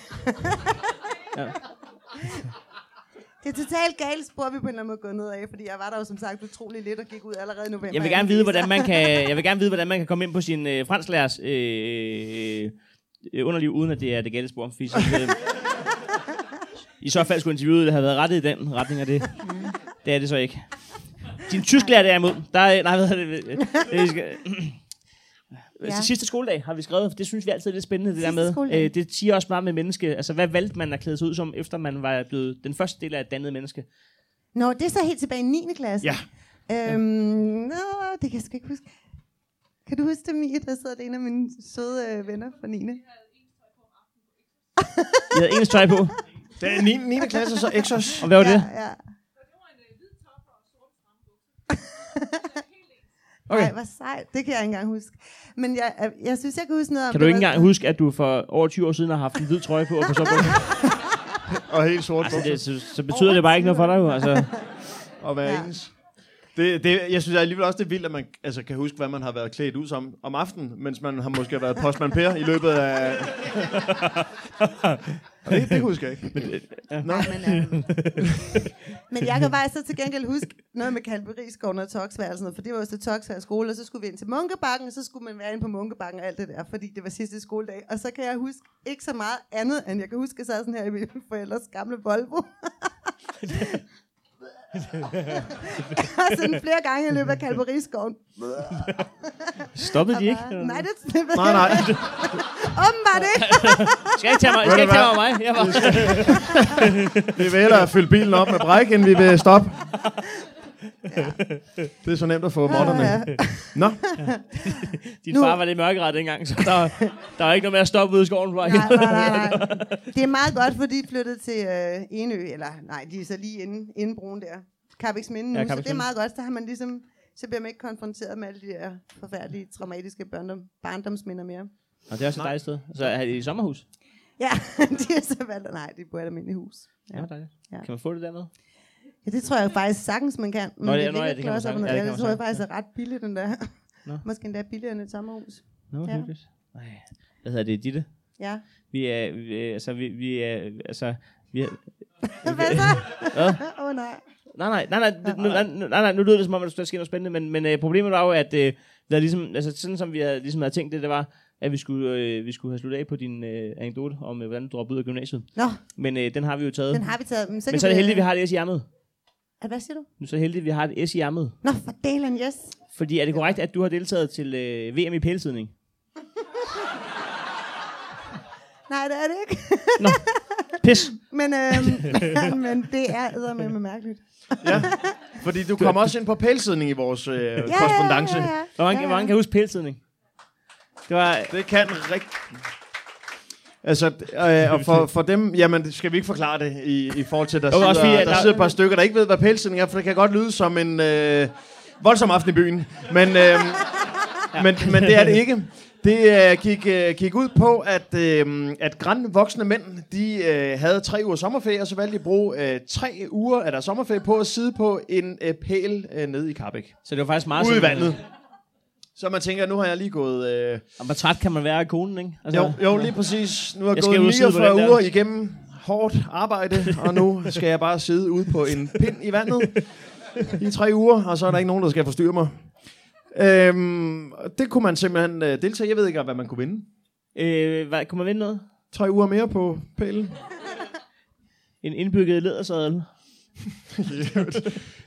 S8: Det er totalt galt spor, vi på en eller anden måde går ned af, fordi jeg var der jo som sagt utrolig lidt og gik ud allerede i november.
S5: Jeg vil gerne vide, hvordan man kan, jeg vil gerne vide, hvordan man kan komme ind på sin øh, fransklærers øh, øh, underliv, uden at det er det gale spor. Fordi så, øh, I så fald skulle interviewet have været rettet i den retning af det. Det er det så ikke. Din tysklærer derimod, der er, nej, hvad hedder det, øh, øh, vi skal, øh,
S8: Ja.
S5: Sidste skoledag har vi skrevet, for det synes vi altid er lidt spændende, det
S8: Sidste
S5: der med.
S8: skoledag.
S5: Øh, det siger også meget med menneske. Altså, hvad valgte man at klæde sig ud som, efter man var blevet den første del af et dannet menneske?
S8: Nå, det er så helt tilbage i 9. klasse.
S1: Ja.
S8: Øhm, nå, det kan jeg sgu ikke huske. Kan du huske det, Mia? Der sidder det er en af mine søde øh, venner fra 9.
S5: Jeg havde ens tøj på,
S1: det er 9. 9. klasse, så Exos.
S5: og hvad var
S8: ja,
S5: det?
S8: Ja.
S5: Okay.
S8: Okay. Ej, hvor sejt. Det kan jeg ikke engang huske. Men jeg, jeg, jeg synes, jeg kan huske noget om...
S5: Kan du
S8: det
S5: ikke
S8: var-
S5: engang huske, at du for over 20 år siden har haft en hvid trøje på, og på så
S1: Og helt sort
S5: altså,
S1: bukser.
S5: det, så, så, betyder det bare ikke noget for dig jo. Altså,
S1: og være
S8: Ja.
S1: ja. ens. Det, det, jeg synes alligevel også, det er vildt, at man altså, kan huske, hvad man har været klædt ud som om aftenen, mens man har måske været postmand Per i løbet af... Og det, det husker jeg ikke. Men,
S8: Nej, men, øh, men jeg kan bare så til gengæld huske noget med Kalveriskoven og Toksvær og sådan noget, for det var jo så Toksvær skole, og så skulle vi ind til Munkebakken, og så skulle man være inde på Munkebakken og alt det der, fordi det var sidste skoledag. Og så kan jeg huske ikke så meget andet, end jeg kan huske, at jeg sad sådan her i mine forældres gamle Volvo. og sådan flere gange i løbet af Kalveriskoven.
S5: stoppede de ikke? Eller?
S8: Nej, det, det ved
S1: nej, nej.
S8: Åbenbart ikke.
S5: Skal ikke tage mig, skal ikke tage mig, mig. Jeg var,
S1: Vi vil hellere fylde bilen op med bræk, end vi vil stoppe. Det er så nemt at få moderne. Nå,
S5: din
S8: Nu-
S5: far var lidt mørkeret dengang, så der, der var ikke noget med at stoppe ude i skoven. Bare.
S8: nej, nej, nej, nej. Det er meget godt, fordi de flyttede til øh, Enø, eller nej, de er så lige inden, inden broen der. Kaviks Minde nu,
S5: Ja,
S8: ja, så det er
S5: Karrebæksminde.
S8: meget godt, så har man ligesom, så bliver man ikke konfronteret med alle de der forfærdelige, traumatiske barndom, barndomsminder mere.
S5: Og det er også et dejligt sted. Så er det i sommerhus.
S8: Ja, de er så valgt, nej, de bor i et almindeligt hus.
S5: Ja, dejligt.
S8: Ja.
S5: Kan man få det dernede?
S8: Ja, det tror jeg faktisk sagtens, man kan. Men
S5: Nå,
S8: det,
S5: ja,
S8: ligger
S5: nå, ja, det kan man
S8: klods op
S5: sagtens. Ja,
S8: ad-
S5: det
S8: ja,
S5: kan
S8: det
S5: man
S8: tror jeg
S5: sagtens,
S8: faktisk er ret billigt, den der.
S5: Nå.
S8: Måske endda billigere end et sommerhus.
S5: Nå,
S8: Ja.
S5: ja. hyggeligt. Nej, hvad hedder det, Ditte?
S8: Ja.
S5: Vi er, vi, er- altså, vi, vi er, altså, vi er,
S8: Hvad så? Åh, oh, nej.
S5: Nej, nej, nej, nej, det- nu, nej, nej, nej, nu lyder det som om, at der sker noget spændende, men, men øh, problemet var jo, at øh, der ligesom, altså, sådan som vi havde, ligesom havde tænkt det, det var, at vi skulle, øh, vi skulle have sluttet af på din øh, anekdote om, øh, hvordan du droppede ud af gymnasiet.
S8: Nå,
S5: Men øh, den har vi jo taget.
S8: den har vi taget. Men så,
S5: men så er det heldigt, at vi har et S i ærmet.
S8: har... Hvad siger du?
S5: Nu er det heldigt, at vi har et S i ærmet.
S8: Nå, for delen, yes.
S5: Fordi er det korrekt, at du har deltaget til øh, VM i pælsidning?
S8: Nej, det er det ikke.
S5: Pis.
S8: Men, øhm, men det er med mærkeligt.
S1: Ja. Fordi du kom også ind på pælsidning i vores øh, korrespondence.
S8: Ja, ja, ja.
S5: Hvor mange, ja,
S8: Ja, ja.
S5: ja. mange kan huske pæltidning? Det var...
S1: Det kan rigtig... Altså, øh, og for, for dem, jamen, skal vi ikke forklare det i, i forhold til, at der,
S5: Jo,
S1: sidder,
S5: også fordi,
S1: der,
S5: at der-
S1: sidder et par stykker, der ikke ved, hvad pelsning er, for det kan godt lyde som en øh, voldsom aften i byen. Men, øh, ja. men, men det er det ikke. Det øh, gik, øh, gik ud på, at, øh, at grænne voksne mænd, de øh, havde tre uger sommerferie, og så valgte de at bruge øh, tre uger af deres sommerferie på at sidde på en øh, pæl øh, nede i Karbæk.
S5: Så det var faktisk meget...
S1: Ude i
S5: sådan,
S1: vandet. Så man tænker, nu har jeg lige gået... Øh,
S5: øh, Hvor træt kan man være af konen, ikke? Altså,
S1: jo, jo, lige præcis. Nu har jeg
S5: Jeg skal
S1: gået
S5: ud og sidde på
S1: 49
S5: den der.
S1: uger igennem hårdt arbejde, og nu skal jeg bare sidde ude på en pind i vandet i tre uger, og så er der ikke nogen, der skal forstyrre mig. Øhm, og det kunne man simpelthen øh, deltage. Jeg ved ikke, hvad man kunne vinde.
S5: Øh, hvad, kunne man vinde noget?
S1: Tre uger mere på pælen.
S5: En indbygget lædersadel.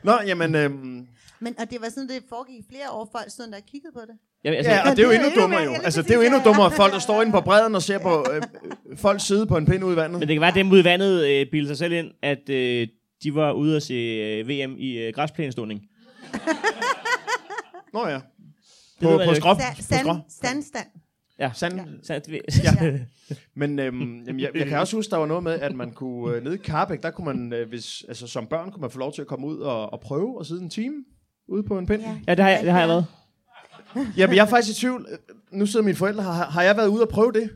S1: Nå, jamen... Øhm,
S8: Men, og det var sådan, det foregik i flere år, folk stod der og kiggede på det.
S5: Jamen, altså,
S1: ja, og det er jo
S8: det er
S1: endnu
S8: endnu
S1: dummere
S8: mere-
S1: jo.
S8: ja, lige
S1: Altså, det er
S8: præcis,
S1: jo endnu
S8: ja.
S1: dummere, at folk, der står inde på bredden og ser på øh, øh, folk sidde på en pind ude i vandet.
S5: Men det kan være, at dem ude i vandet øh, bildte sig selv ind, at øh, de var ude at se øh, VM i øh, græsplæneståning.
S1: Nå ja.
S5: ved
S1: På,
S5: man jo
S1: på
S5: ikke.
S1: skrop.
S8: Sa-
S1: På
S8: Sand,
S1: skrop.
S8: stand, stand.
S5: Ja.
S1: Sand,
S5: Så, det,
S8: Ja.
S1: Men øhm, jamen, jeg, jeg kan også huske, der var noget med, at man kunne øh, nede i Carbæk, der kunne man, øh, hvis, altså, som børn kunne man få lov til at komme ud og, og prøve og sidde en time ude på en pind. Ja.
S8: Ja.
S5: ja, det har jeg, det har jeg været.
S1: Jamen, jeg er faktisk i tvivl. Øh, Nu sidder mine forældre her. Har, har jeg været ude og prøve det?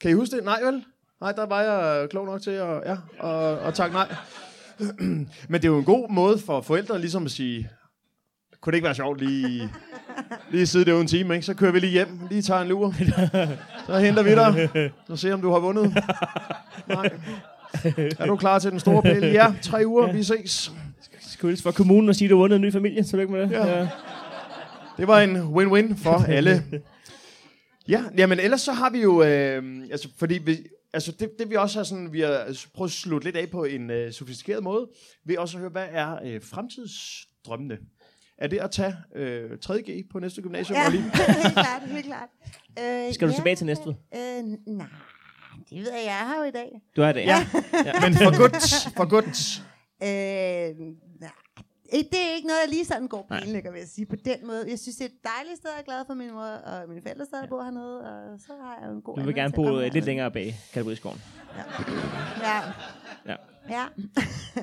S1: Kan I huske det? Nej, vel? Nej, der var jeg øh, klog nok til at ja, og, og tak nej. Men det er jo en god måde for forældre ligesom at sige, kunne det ikke være sjovt lige, lige at sidde derude en time, ikke? Så kører vi lige hjem, lige tager en lur. Så henter vi dig, og ser om du har vundet. Nej. Er du klar til den store pæl? Ja, tre uger, vi ses.
S5: Skulle hilse fra kommunen og sige, at du har vundet en ny familie. Tillykke med det.
S1: Ja. Det var en win-win for alle. Ja, jamen ellers så har vi jo, øh, altså fordi vi, altså det, det vi også har sådan, vi har altså, prøvet at slutte lidt af på en øh, sofistikeret måde, ved også at høre, hvad er øh, fremtidsdrømmene? Er det at tage øh, 3G på næste gymnasium?
S8: Ja,
S1: Og lige,
S8: helt klart, helt klart. Øh,
S5: Skal du
S8: ja,
S5: tilbage til Næstved?
S8: Øh, nej, det ved jeg, jeg har jo i dag.
S5: Du har det, ja.
S1: men for godt, for godt.
S8: Øh, nej. Ikke- Det er ikke noget, jeg lige sådan går planlægger, vil jeg sige, på den måde. Jeg synes, det er et dejligt sted, jeg er glad for min mor og mine forældre stadig bor hernede, og så har jeg jo en god
S5: Du vil gerne
S8: anledning til at
S5: bo
S8: komme
S5: øh, lidt
S8: herned.
S5: længere bag Kalveriskoven.
S8: Ja.
S5: Ja.
S8: Ja.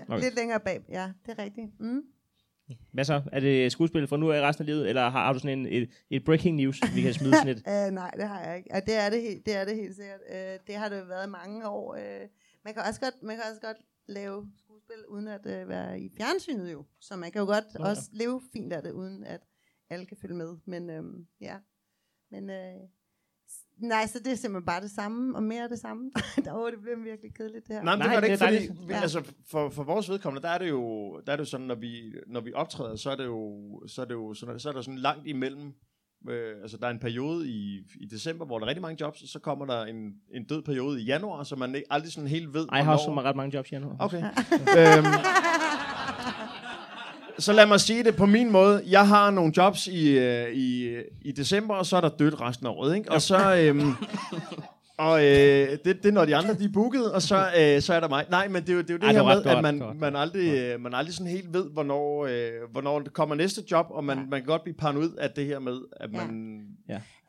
S5: Okay.
S8: lidt længere bag, ja, det er rigtigt. Mm.
S5: Hvad så? Er det skuespil fra nu af resten af livet, eller har, har du sådan en, et, et breaking news, vi kan smide sådan et?
S8: Øh, nej, det har jeg ikke. Og det er det, helt- det, er det helt sikkert. Øh, det har det jo været i mange år. Øh, man, kan også godt, man kan også godt lave skuespil uden at øh, være i fjernsynet jo. Så man kan jo godt
S5: ja.
S8: også leve fint af det, uden at alle kan følge med. Men øh, ja. Men øh, s- nej, så det er simpelthen bare det samme, og mere af det samme. Åh, det bliver virkelig kedeligt det her.
S1: Nej, men det
S5: Nej,
S1: gør det
S5: det
S1: ikke,
S5: er
S1: fordi
S8: Ja.
S1: ja. altså, for, for vores vedkommende, der er det jo, der er det jo sådan, når vi, når vi optræder, så er det jo, så er det jo sådan, så er der sådan langt imellem. Øh, altså, der er en periode i, i december, hvor der er rigtig mange jobs, og så kommer der en, en død periode i januar, så man ikke- aldrig sådan helt ved,
S5: Ej, jeg har også
S1: hvornår-
S5: ret mange jobs i januar.
S1: Okay. øhm, så lad mig sige det på min måde. Jeg har nogle jobs i, øh, i, i december, og så er der dødt resten af året. Ikke? Og så... Øhm, og øh, det, det er når de andre de er booket, og så, øh, så er der mig. Nej, men det er jo det, er jo det
S5: Ej, det
S1: her
S5: var
S1: med,
S5: ret godt,
S1: at man,
S5: godt,
S1: man, aldrig, øh, man aldrig sådan helt ved, hvornår, øh, hvornår det kommer næste job, og man, man kan godt blive paranoid af det her med, at
S8: Ja.
S1: man...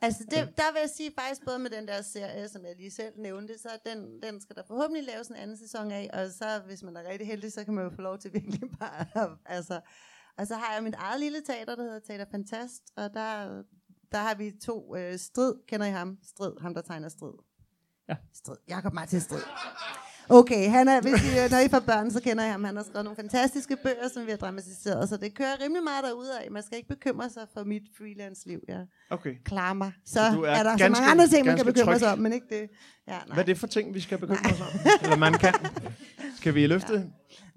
S8: Altså, det, der vil jeg sige faktisk både med den der serie, som jeg lige selv nævnte, så den, den skal der forhåbentlig laves en anden sæson af, og så hvis man er rigtig heldig, så kan man jo få lov til virkelig bare, at- altså, og så har jeg mit eget lille teater, der hedder Teater Fantast, og der, der har vi to, øh, Strid, kender I ham? Strid, ham der tegner Strid.
S5: Ja.
S8: Strid, Jakob Martin Strid. Okay, han er, hvis I, øh, når I får børn, så kender jeg ham. Han har skrevet nogle fantastiske bøger, som vi har dramatiseret, så det kører rimelig meget derude af. Man skal ikke bekymre sig for mit freelance-liv. Jeg
S1: Okay.
S8: klare mig. Så,
S1: du
S8: er,
S1: er
S8: er der så
S1: ganske-
S8: mange andre ting, man
S1: ganske
S8: kan bekymre
S1: tryg.
S8: sig om, men ikke det. Ja, nej.
S1: Hvad er det for ting, vi skal bekymre os om? Eller man kan? Kan vi løfte? Ja.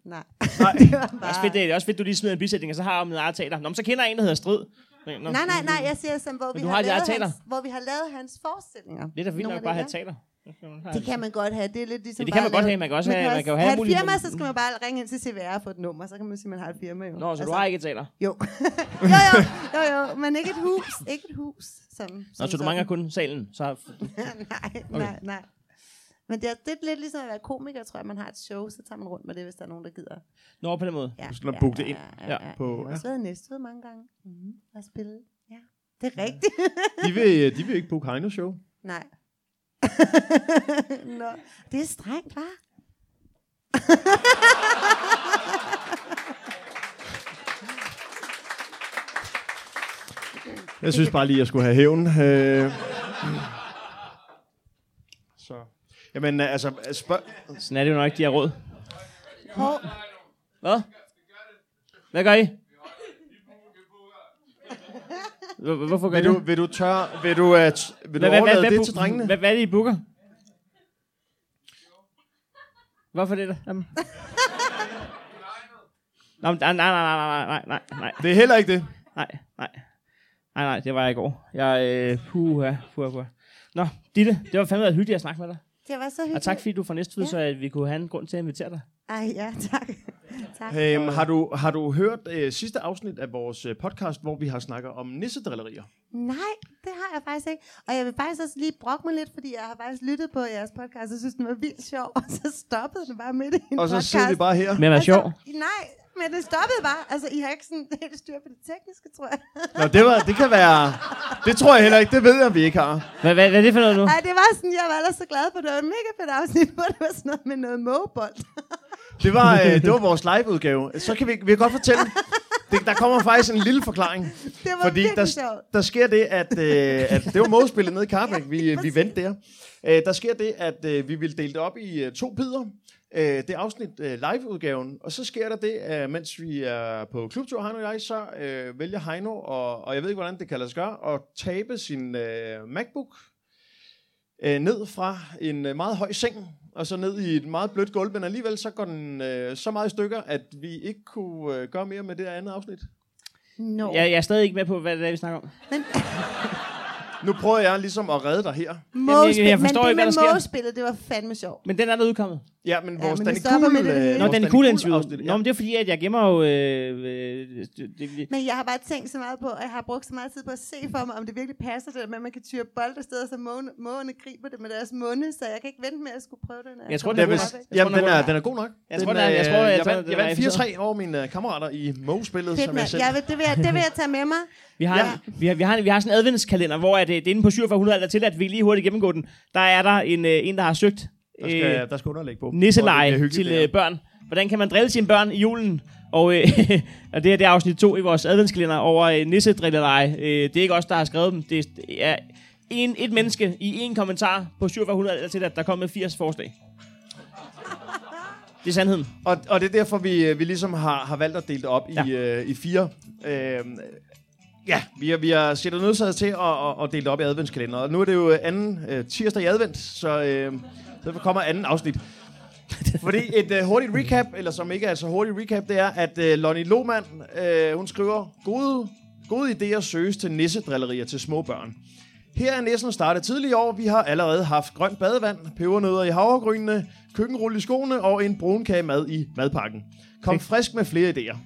S8: Nej.
S1: Nej.
S8: det var
S5: Det er også
S8: bare...
S5: fedt, det er også fedt, du lige smider en bisætning, og så har jeg min eget teater. Nå, men så kender jeg en, der hedder Strid. Men, nå,
S8: Nej, nej, nej, jeg siger som, hvor vi,
S5: du
S8: har,
S5: har dit eget
S8: lavet
S5: teater.
S8: hans, hvor vi har lavet hans forestillinger.
S5: Det er da vildt nok
S8: Nogle af
S5: bare at
S8: dem,
S5: have et teater.
S8: Det kan man godt have. Det er lidt ligesom
S5: Ja, det kan
S8: bare
S5: man godt
S8: at lave-
S5: have. Man kan også have- man kan jo have
S8: et
S5: muligheden.
S8: firma, så skal man bare ringe ind til CVR på et nummer, så kan man sige, at man Altså- har et firma. Jo.
S5: Nå, så du har ikke et teater.
S8: Jo. jo, jo, jo, jo, men ikke et hus. Ikke et hus. Som,
S5: Nå,
S8: som
S5: så du
S8: sådan.
S5: mangler kun salen. Så...
S8: nej, nej, nej. Men det er, det er lidt ligesom at være komiker, tror jeg. Man har et show, så tager man rundt med det, hvis der er nogen, der gider.
S5: Nå, på den måde.
S8: Ja,
S3: Så skal man booke det ind
S8: ja, ja.
S3: på...
S8: Jeg har
S3: Ja.
S8: også været i Næstved mange gange mm-hmm. og spille. Ja, det er rigtigt.
S1: De vil, øh, de vil ikke booke Heino show.
S8: Nej. Nå, det er strengt, hva'?
S1: Jeg synes bare lige, jeg skulle have hævn. Øh. Så. Jamen, altså, spørg...
S5: Sådan er det jo nok, de har råd.
S8: Hov,
S5: Hvad? Hvad gør I? Hvor- Hvorfor gør I
S1: Vil du,
S5: det?
S1: vil du tør, vil du, uh, vil du
S5: Hvad- hvad-
S1: overlade
S5: hvad-
S1: det
S5: hvad-
S1: til drengene?
S5: Hvad, hvad er det, I booker? Hvorfor det der? Jamen. Nå, men, nej, nej, nej, nej, nej, nej, nej,
S1: Det er heller ikke det.
S5: nej, nej, nej, nej, det var jeg i går. Jeg, øh, puha, puha, puha. Nå, Ditte, det var fandme hyggeligt at snakke med dig.
S8: det var så hyggeligt.
S5: Og tak fordi du fra næste tid, så at vi kunne have en grund til at invitere dig.
S8: Ej, ja, tak. tak.
S1: Øhm, har, du, har du hørt øh, sidste afsnit af vores øh, podcast, hvor vi har snakket om nissedrillerier?
S8: Nej, det har jeg faktisk ikke. Og jeg vil faktisk også lige brokke mig lidt, fordi jeg har faktisk lyttet på jeres podcast, og synes, den var vildt sjov, og så stoppede den bare midt i en
S1: Og så
S8: podcast.
S1: sidder vi bare her.
S5: Men var sjov.
S8: Altså, nej, men det stoppede bare. Altså, I har ikke sådan helt styr på det tekniske, tror jeg.
S1: Nå, det, var, det kan være... Det tror jeg heller ikke. Det ved jeg, vi ikke har.
S5: Hvad, hvad, hvad er det for noget nu?
S8: Nej, det var sådan, jeg var ellers så glad for, det var et mega fedt afsnit, hvor det var sådan noget med noget mågebold.
S1: Det var, øh, det var vores liveudgave. Så kan vi, vi kan godt fortælle... Det, der kommer faktisk en lille forklaring.
S8: Det var
S1: Fordi
S8: virkelig
S1: der,
S8: sjovt.
S1: der sker det, at, øh, at det var modspillet nede i Carbæk, vi, øh, vi vendte der. Øh, der sker det, at øh, vi ville dele det op i øh, to bidder. Øh, det er afsnit øh, liveudgaven, og så sker der det, øh, mens vi er på klubtur, Heino og jeg, så øh, vælger Heino, og, og jeg ved ikke, hvordan det kan lade sig gøre, at tabe sin øh, MacBook øh, ned fra en øh, meget høj seng, og så ned i et meget blødt gulv, men alligevel så går den øh, så meget i stykker, at vi ikke kunne øh, gøre mere med det her andet afsnit.
S8: Nå.
S5: Jeg, jeg er stadig ikke med på, hvad det er, vi snakker om.
S1: Nu prøver jeg ligesom at redde dig her.
S5: jeg- jeg forstår
S8: men
S5: ikke, hvad
S8: det
S5: der sker.
S8: med mågespillet, det var fandme sjovt.
S5: Men den er der udkommet.
S1: Ja, men
S8: Ja,
S1: vores
S8: men
S1: ja,
S8: det
S1: Danny
S8: stopper med
S1: Cool...
S8: det
S5: Nå,
S8: hele.
S1: vores
S5: den er cool interview.
S1: afsnit,
S5: Nå, men det er fordi, at jeg gemmer jo... Øh, øh, det, det,
S8: Men jeg har bare tænkt så meget på, og jeg har brugt så meget tid på at se for mig, om det virkelig passer det, der med, at man kan tyre bold afsted, så måne- mågerne griber det med deres munde, så jeg kan ikke vente med at skulle prøve den. her.
S5: Jeg tror,
S8: Så
S5: det
S1: Ja,
S5: er
S1: hvis,
S5: god nok. Jeg
S1: jamen,
S5: tror,
S1: den
S5: den er
S1: er,
S5: god
S1: den er god nok.
S5: Jeg
S1: den,
S5: tror, den er- jeg tror, jeg tror,
S1: vandt,
S5: den
S1: jeg
S5: er
S1: vandt
S5: episode.
S1: 4-3 over mine uh, kammerater i Moe-spillet,
S8: Fedt,
S1: som jeg
S8: mand.
S1: selv...
S8: Jeg vil, det, vil jeg, det vil jeg tage med mig.
S5: Vi har,
S1: Ja.
S5: vi, har, vi, har, vi har sådan en adventskalender, hvor at, øh, det er inde på 4700, der til, at vi lige hurtigt gennemgår den. Der er der en, øh, en der har søgt øh,
S1: Der skal, der skal underlæg på. Hvor det
S5: nisseleje
S1: bliver
S5: til
S1: hyggeligt,
S5: øh, børn. Hvordan kan man drille sine børn i julen? Og, øh, og det her det er afsnit 2 i vores adventskalender over øh, nissedrilleleje. Øh, det er ikke os, der har skrevet dem. Det er- det er en, et menneske i en kommentar på 4700, der til, at der er kommet 80 forslag. Det er sandheden.
S1: det her. Og, og det er derfor, vi, øh, vi ligesom har, har valgt at dele det op ja. i, uh, i fire. Uh, ja, vi har, vi har set os nødsaget til at, at, at dele det op i adventskalender. Og nu er det jo øh, anden uh, tirsdag i advent, så uh, derfor kommer anden afsnit. Fordi et øh, hurtigt recap, eller som ikke er så hurtigt recap, det er, at øh, Lonnie Lohmann, øh, hun skriver, gode, gode idéer søges til nissedrillerier til små børn. Her er næsten startet tidligere i år. Vi har allerede haft grønt badevand, pebernødder i havregrynene, køkkenrulle i skoene og en brunkage mad i madpakken. Kom frisk med flere idéer.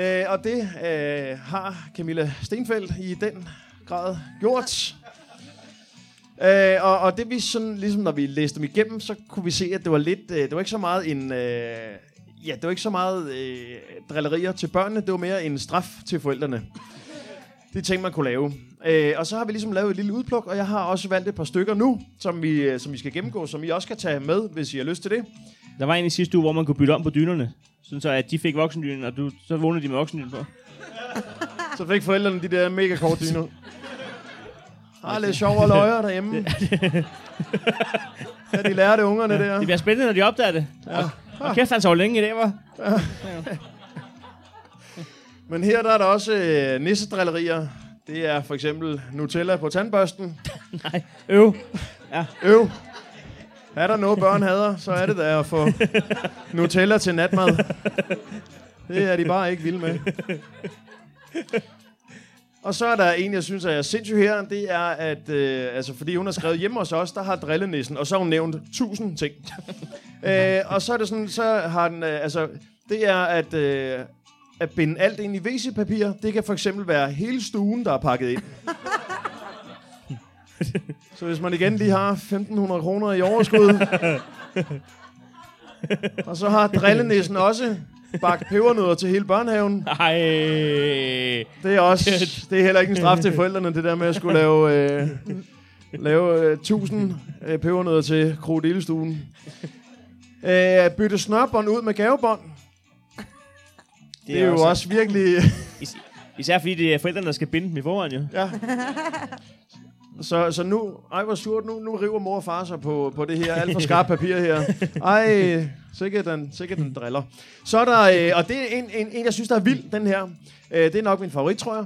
S1: Øh, og det øh, har Camilla Stenfeldt i den grad gjort. Øh, og, og det vi sådan, ligesom når vi læste dem igennem, så kunne vi se, at det var lidt, øh, det var ikke så meget en, øh, ja, det var ikke så meget øh, drillerier til børnene, det var mere en straf til forældrene. Det er ting, man kunne lave. Øh, og så har vi ligesom lavet et lille udpluk, og jeg har også valgt et par stykker nu, som vi, øh, som vi skal gennemgå, som I også kan tage med, hvis I har lyst til det.
S5: Der var en i sidste uge, hvor man kunne bytte om på dynerne. Sådan så, at de fik voksendynen, og du, så vågnede de med voksendynen på.
S1: Så fik forældrene de der mega korte dyner. Har lidt sjovere løjer derhjemme. Ja, de lærer det ungerne der.
S5: Det bliver spændende, når de opdager det. Ja. Og, og kæft, han sov længe i dag, var.
S1: Men her der er der også øh, nissedrillerier. Det er for eksempel Nutella på tandbørsten.
S5: Øv.
S1: Øv. Er der noget, børn hader, så er det da at få Nutella til natmad. Det er de bare ikke vilde med. Og så er der en, jeg synes er sindssyg her, det er, at øh, altså, fordi hun har skrevet hjemme hos os, der har drillenissen, og så har hun nævnt tusind ting. øh, og så er det sådan, så har den, øh, altså, det er at, øh, at binde alt ind i WC-papir. Det kan for eksempel være hele stuen, der er pakket ind. Så hvis man igen lige har 1.500 kroner i overskud, og så har drillenissen også bagt pebernødder til hele børnehaven.
S5: Nej.
S1: Det er, også, det er heller ikke en straf til forældrene, det der med at skulle lave, øh, lave øh, 1000 øh, pebernødder til krokodillestuen. Øh, bytte snørbånd ud med gavebånd. Det er, det er jo også, også virkelig...
S5: Især fordi det er forældrene, der skal binde dem i forvejen, jo.
S1: Ja. Så, så nu, ej hvor surt, nu, nu river mor og far sig på, på det her alt for skarpt papir her. Ej, sikkert den, sikkert den driller. Så er der, øh, og det er en, en, en, jeg synes, der er vild, den her. Øh, det er nok min favorit, tror jeg.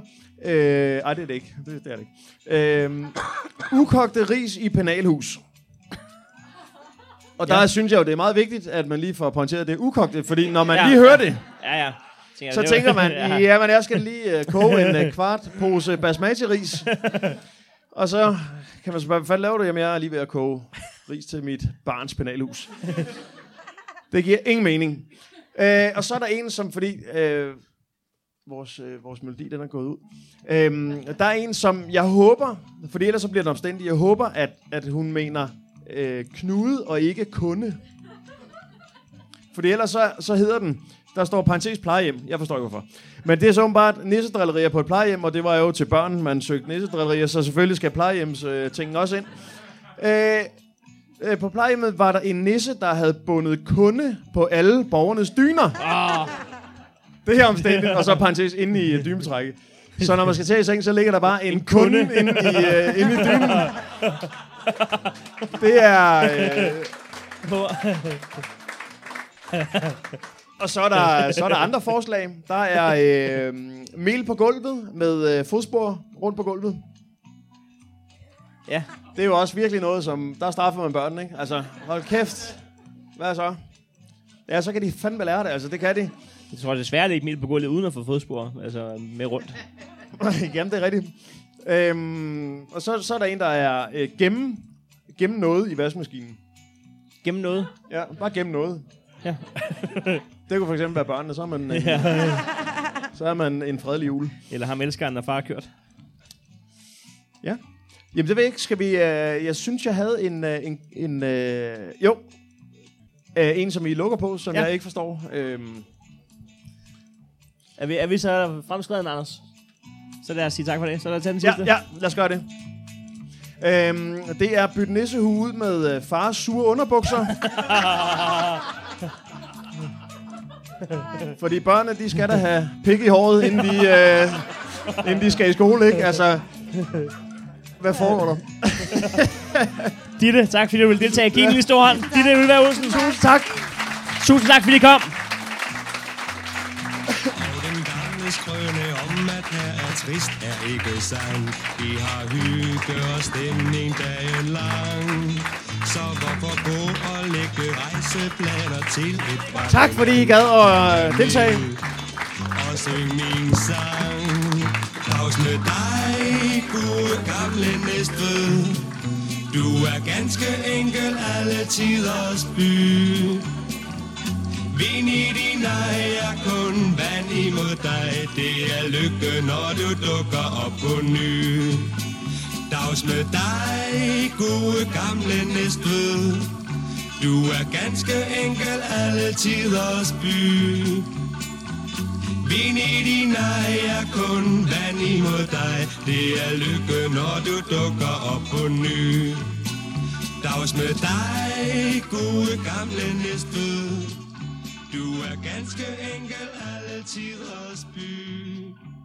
S1: Øh, ej, det er det ikke. Det, det er det ikke. Øh, ukogte ris i penalhus. Og der ja. synes jeg jo, det er meget vigtigt, at man lige får pointeret, at det er ukogte, fordi når man
S5: Ja.
S1: lige hører det,
S5: Ja, ja. Tænker,
S1: så
S5: det
S1: tænker man,
S5: ja.
S1: ja, men jeg skal lige øh, koge en øh, kvart pose basmati-ris. Og så kan man spørge, hvad fanden laver du? Jamen, jeg er lige ved at koge ris til mit barns penalhus. Det giver ingen mening. Øh, og så er der en, som fordi... Øh, vores, øh, vores melodi, den er gået ud. Øhm, der er en, som jeg håber, fordi ellers så bliver den omstændig, jeg håber, at, at hun mener øh, knude og ikke kunde. Fordi ellers så, så hedder den, der står parentes plejehjem. Jeg forstår ikke hvorfor. Men det er så åbenbart nissedrillerier på et plejehjem, og det var jo til børn, man søgte nissedrillerier, så selvfølgelig skal plejehjems øh, tingen også ind. Øh, øh, på plejehjemmet var der en nisse, der havde bundet kunde på alle borgernes dyner. Det her omstændigt, og så parentes inde i øh, dynetrækket. Så når man skal til i seng, så ligger der bare en, en kunde, kunde inde i, øh, inde i dynen. Det er... Øh, Og så er der, så er der andre forslag. Der er øh, mel på gulvet med øh, fodspor rundt på gulvet.
S5: Ja.
S1: Det er jo også virkelig noget, som... Der straffer man børnene, ikke? Altså, hold kæft. Hvad så? Ja, så kan de fandme lære det. Altså, det kan de.
S5: Jeg tror desværre, det er ikke midt på gulvet uden at få fodspor. Altså med rundt.
S1: Jamen, det er rigtigt. Øhm, og så, så er der en, der er øh, gemme, gemme noget i vaskemaskinen.
S5: Gennem noget.
S1: Ja, bare gemme noget.
S5: Ja.
S1: det kunne for eksempel være børnene, så er man, øh, så er man en fredelig jul.
S5: Eller ham elskeren, der far har kørt.
S1: Jamen det ved jeg ikke. Skal vi... Øh, jeg synes, jeg havde en... Øh, en, en øh, jo. Øh, en, som I lukker på, som ja.
S5: Ja.
S1: jeg ikke forstår. Øhm,
S5: Er vi, er vi så fremskreden, Anders? Så lad os sige tak for det. Så lad os tage den
S1: ja,
S5: sidste.
S1: ja, lad os gøre det. Øhm, det er bytte nissehue ud med øh, fars sure underbukser. Fordi børnene, de skal da have pik i håret, inden de, øh, inden de skal i skole, ikke? Altså, hvad foregår der?
S5: Ditte, tak fordi du ville deltage. Giv en lille stor hånd. Ditte Ulvær Olsen.
S1: Tusind tak.
S5: Tusind tak, fordi I kom.
S4: Og den gamle skrøne om, at her er trist, er ikke sandt. Vi har hygge og stemning dagen lang. Så hvorfor gå og lægge rejseplaner til et brændt
S1: Tak fordi I gad at øh, deltage.
S4: og syng min sang. Dags med dig, gode gamle næstved. Du er ganske enkel alle tiders by. Vin i din ej er kun vand imod dig. Det er lykke, når du dukker op på ny. Dags med dig, gode gamle næstved. Du er ganske enkel alle tiders by. Vin i din ej er kun vand imod dig. Det er lykke, når du dukker op på ny. Dags med dig, gode gamle næstved. Du er ganske enkel alle tiders by.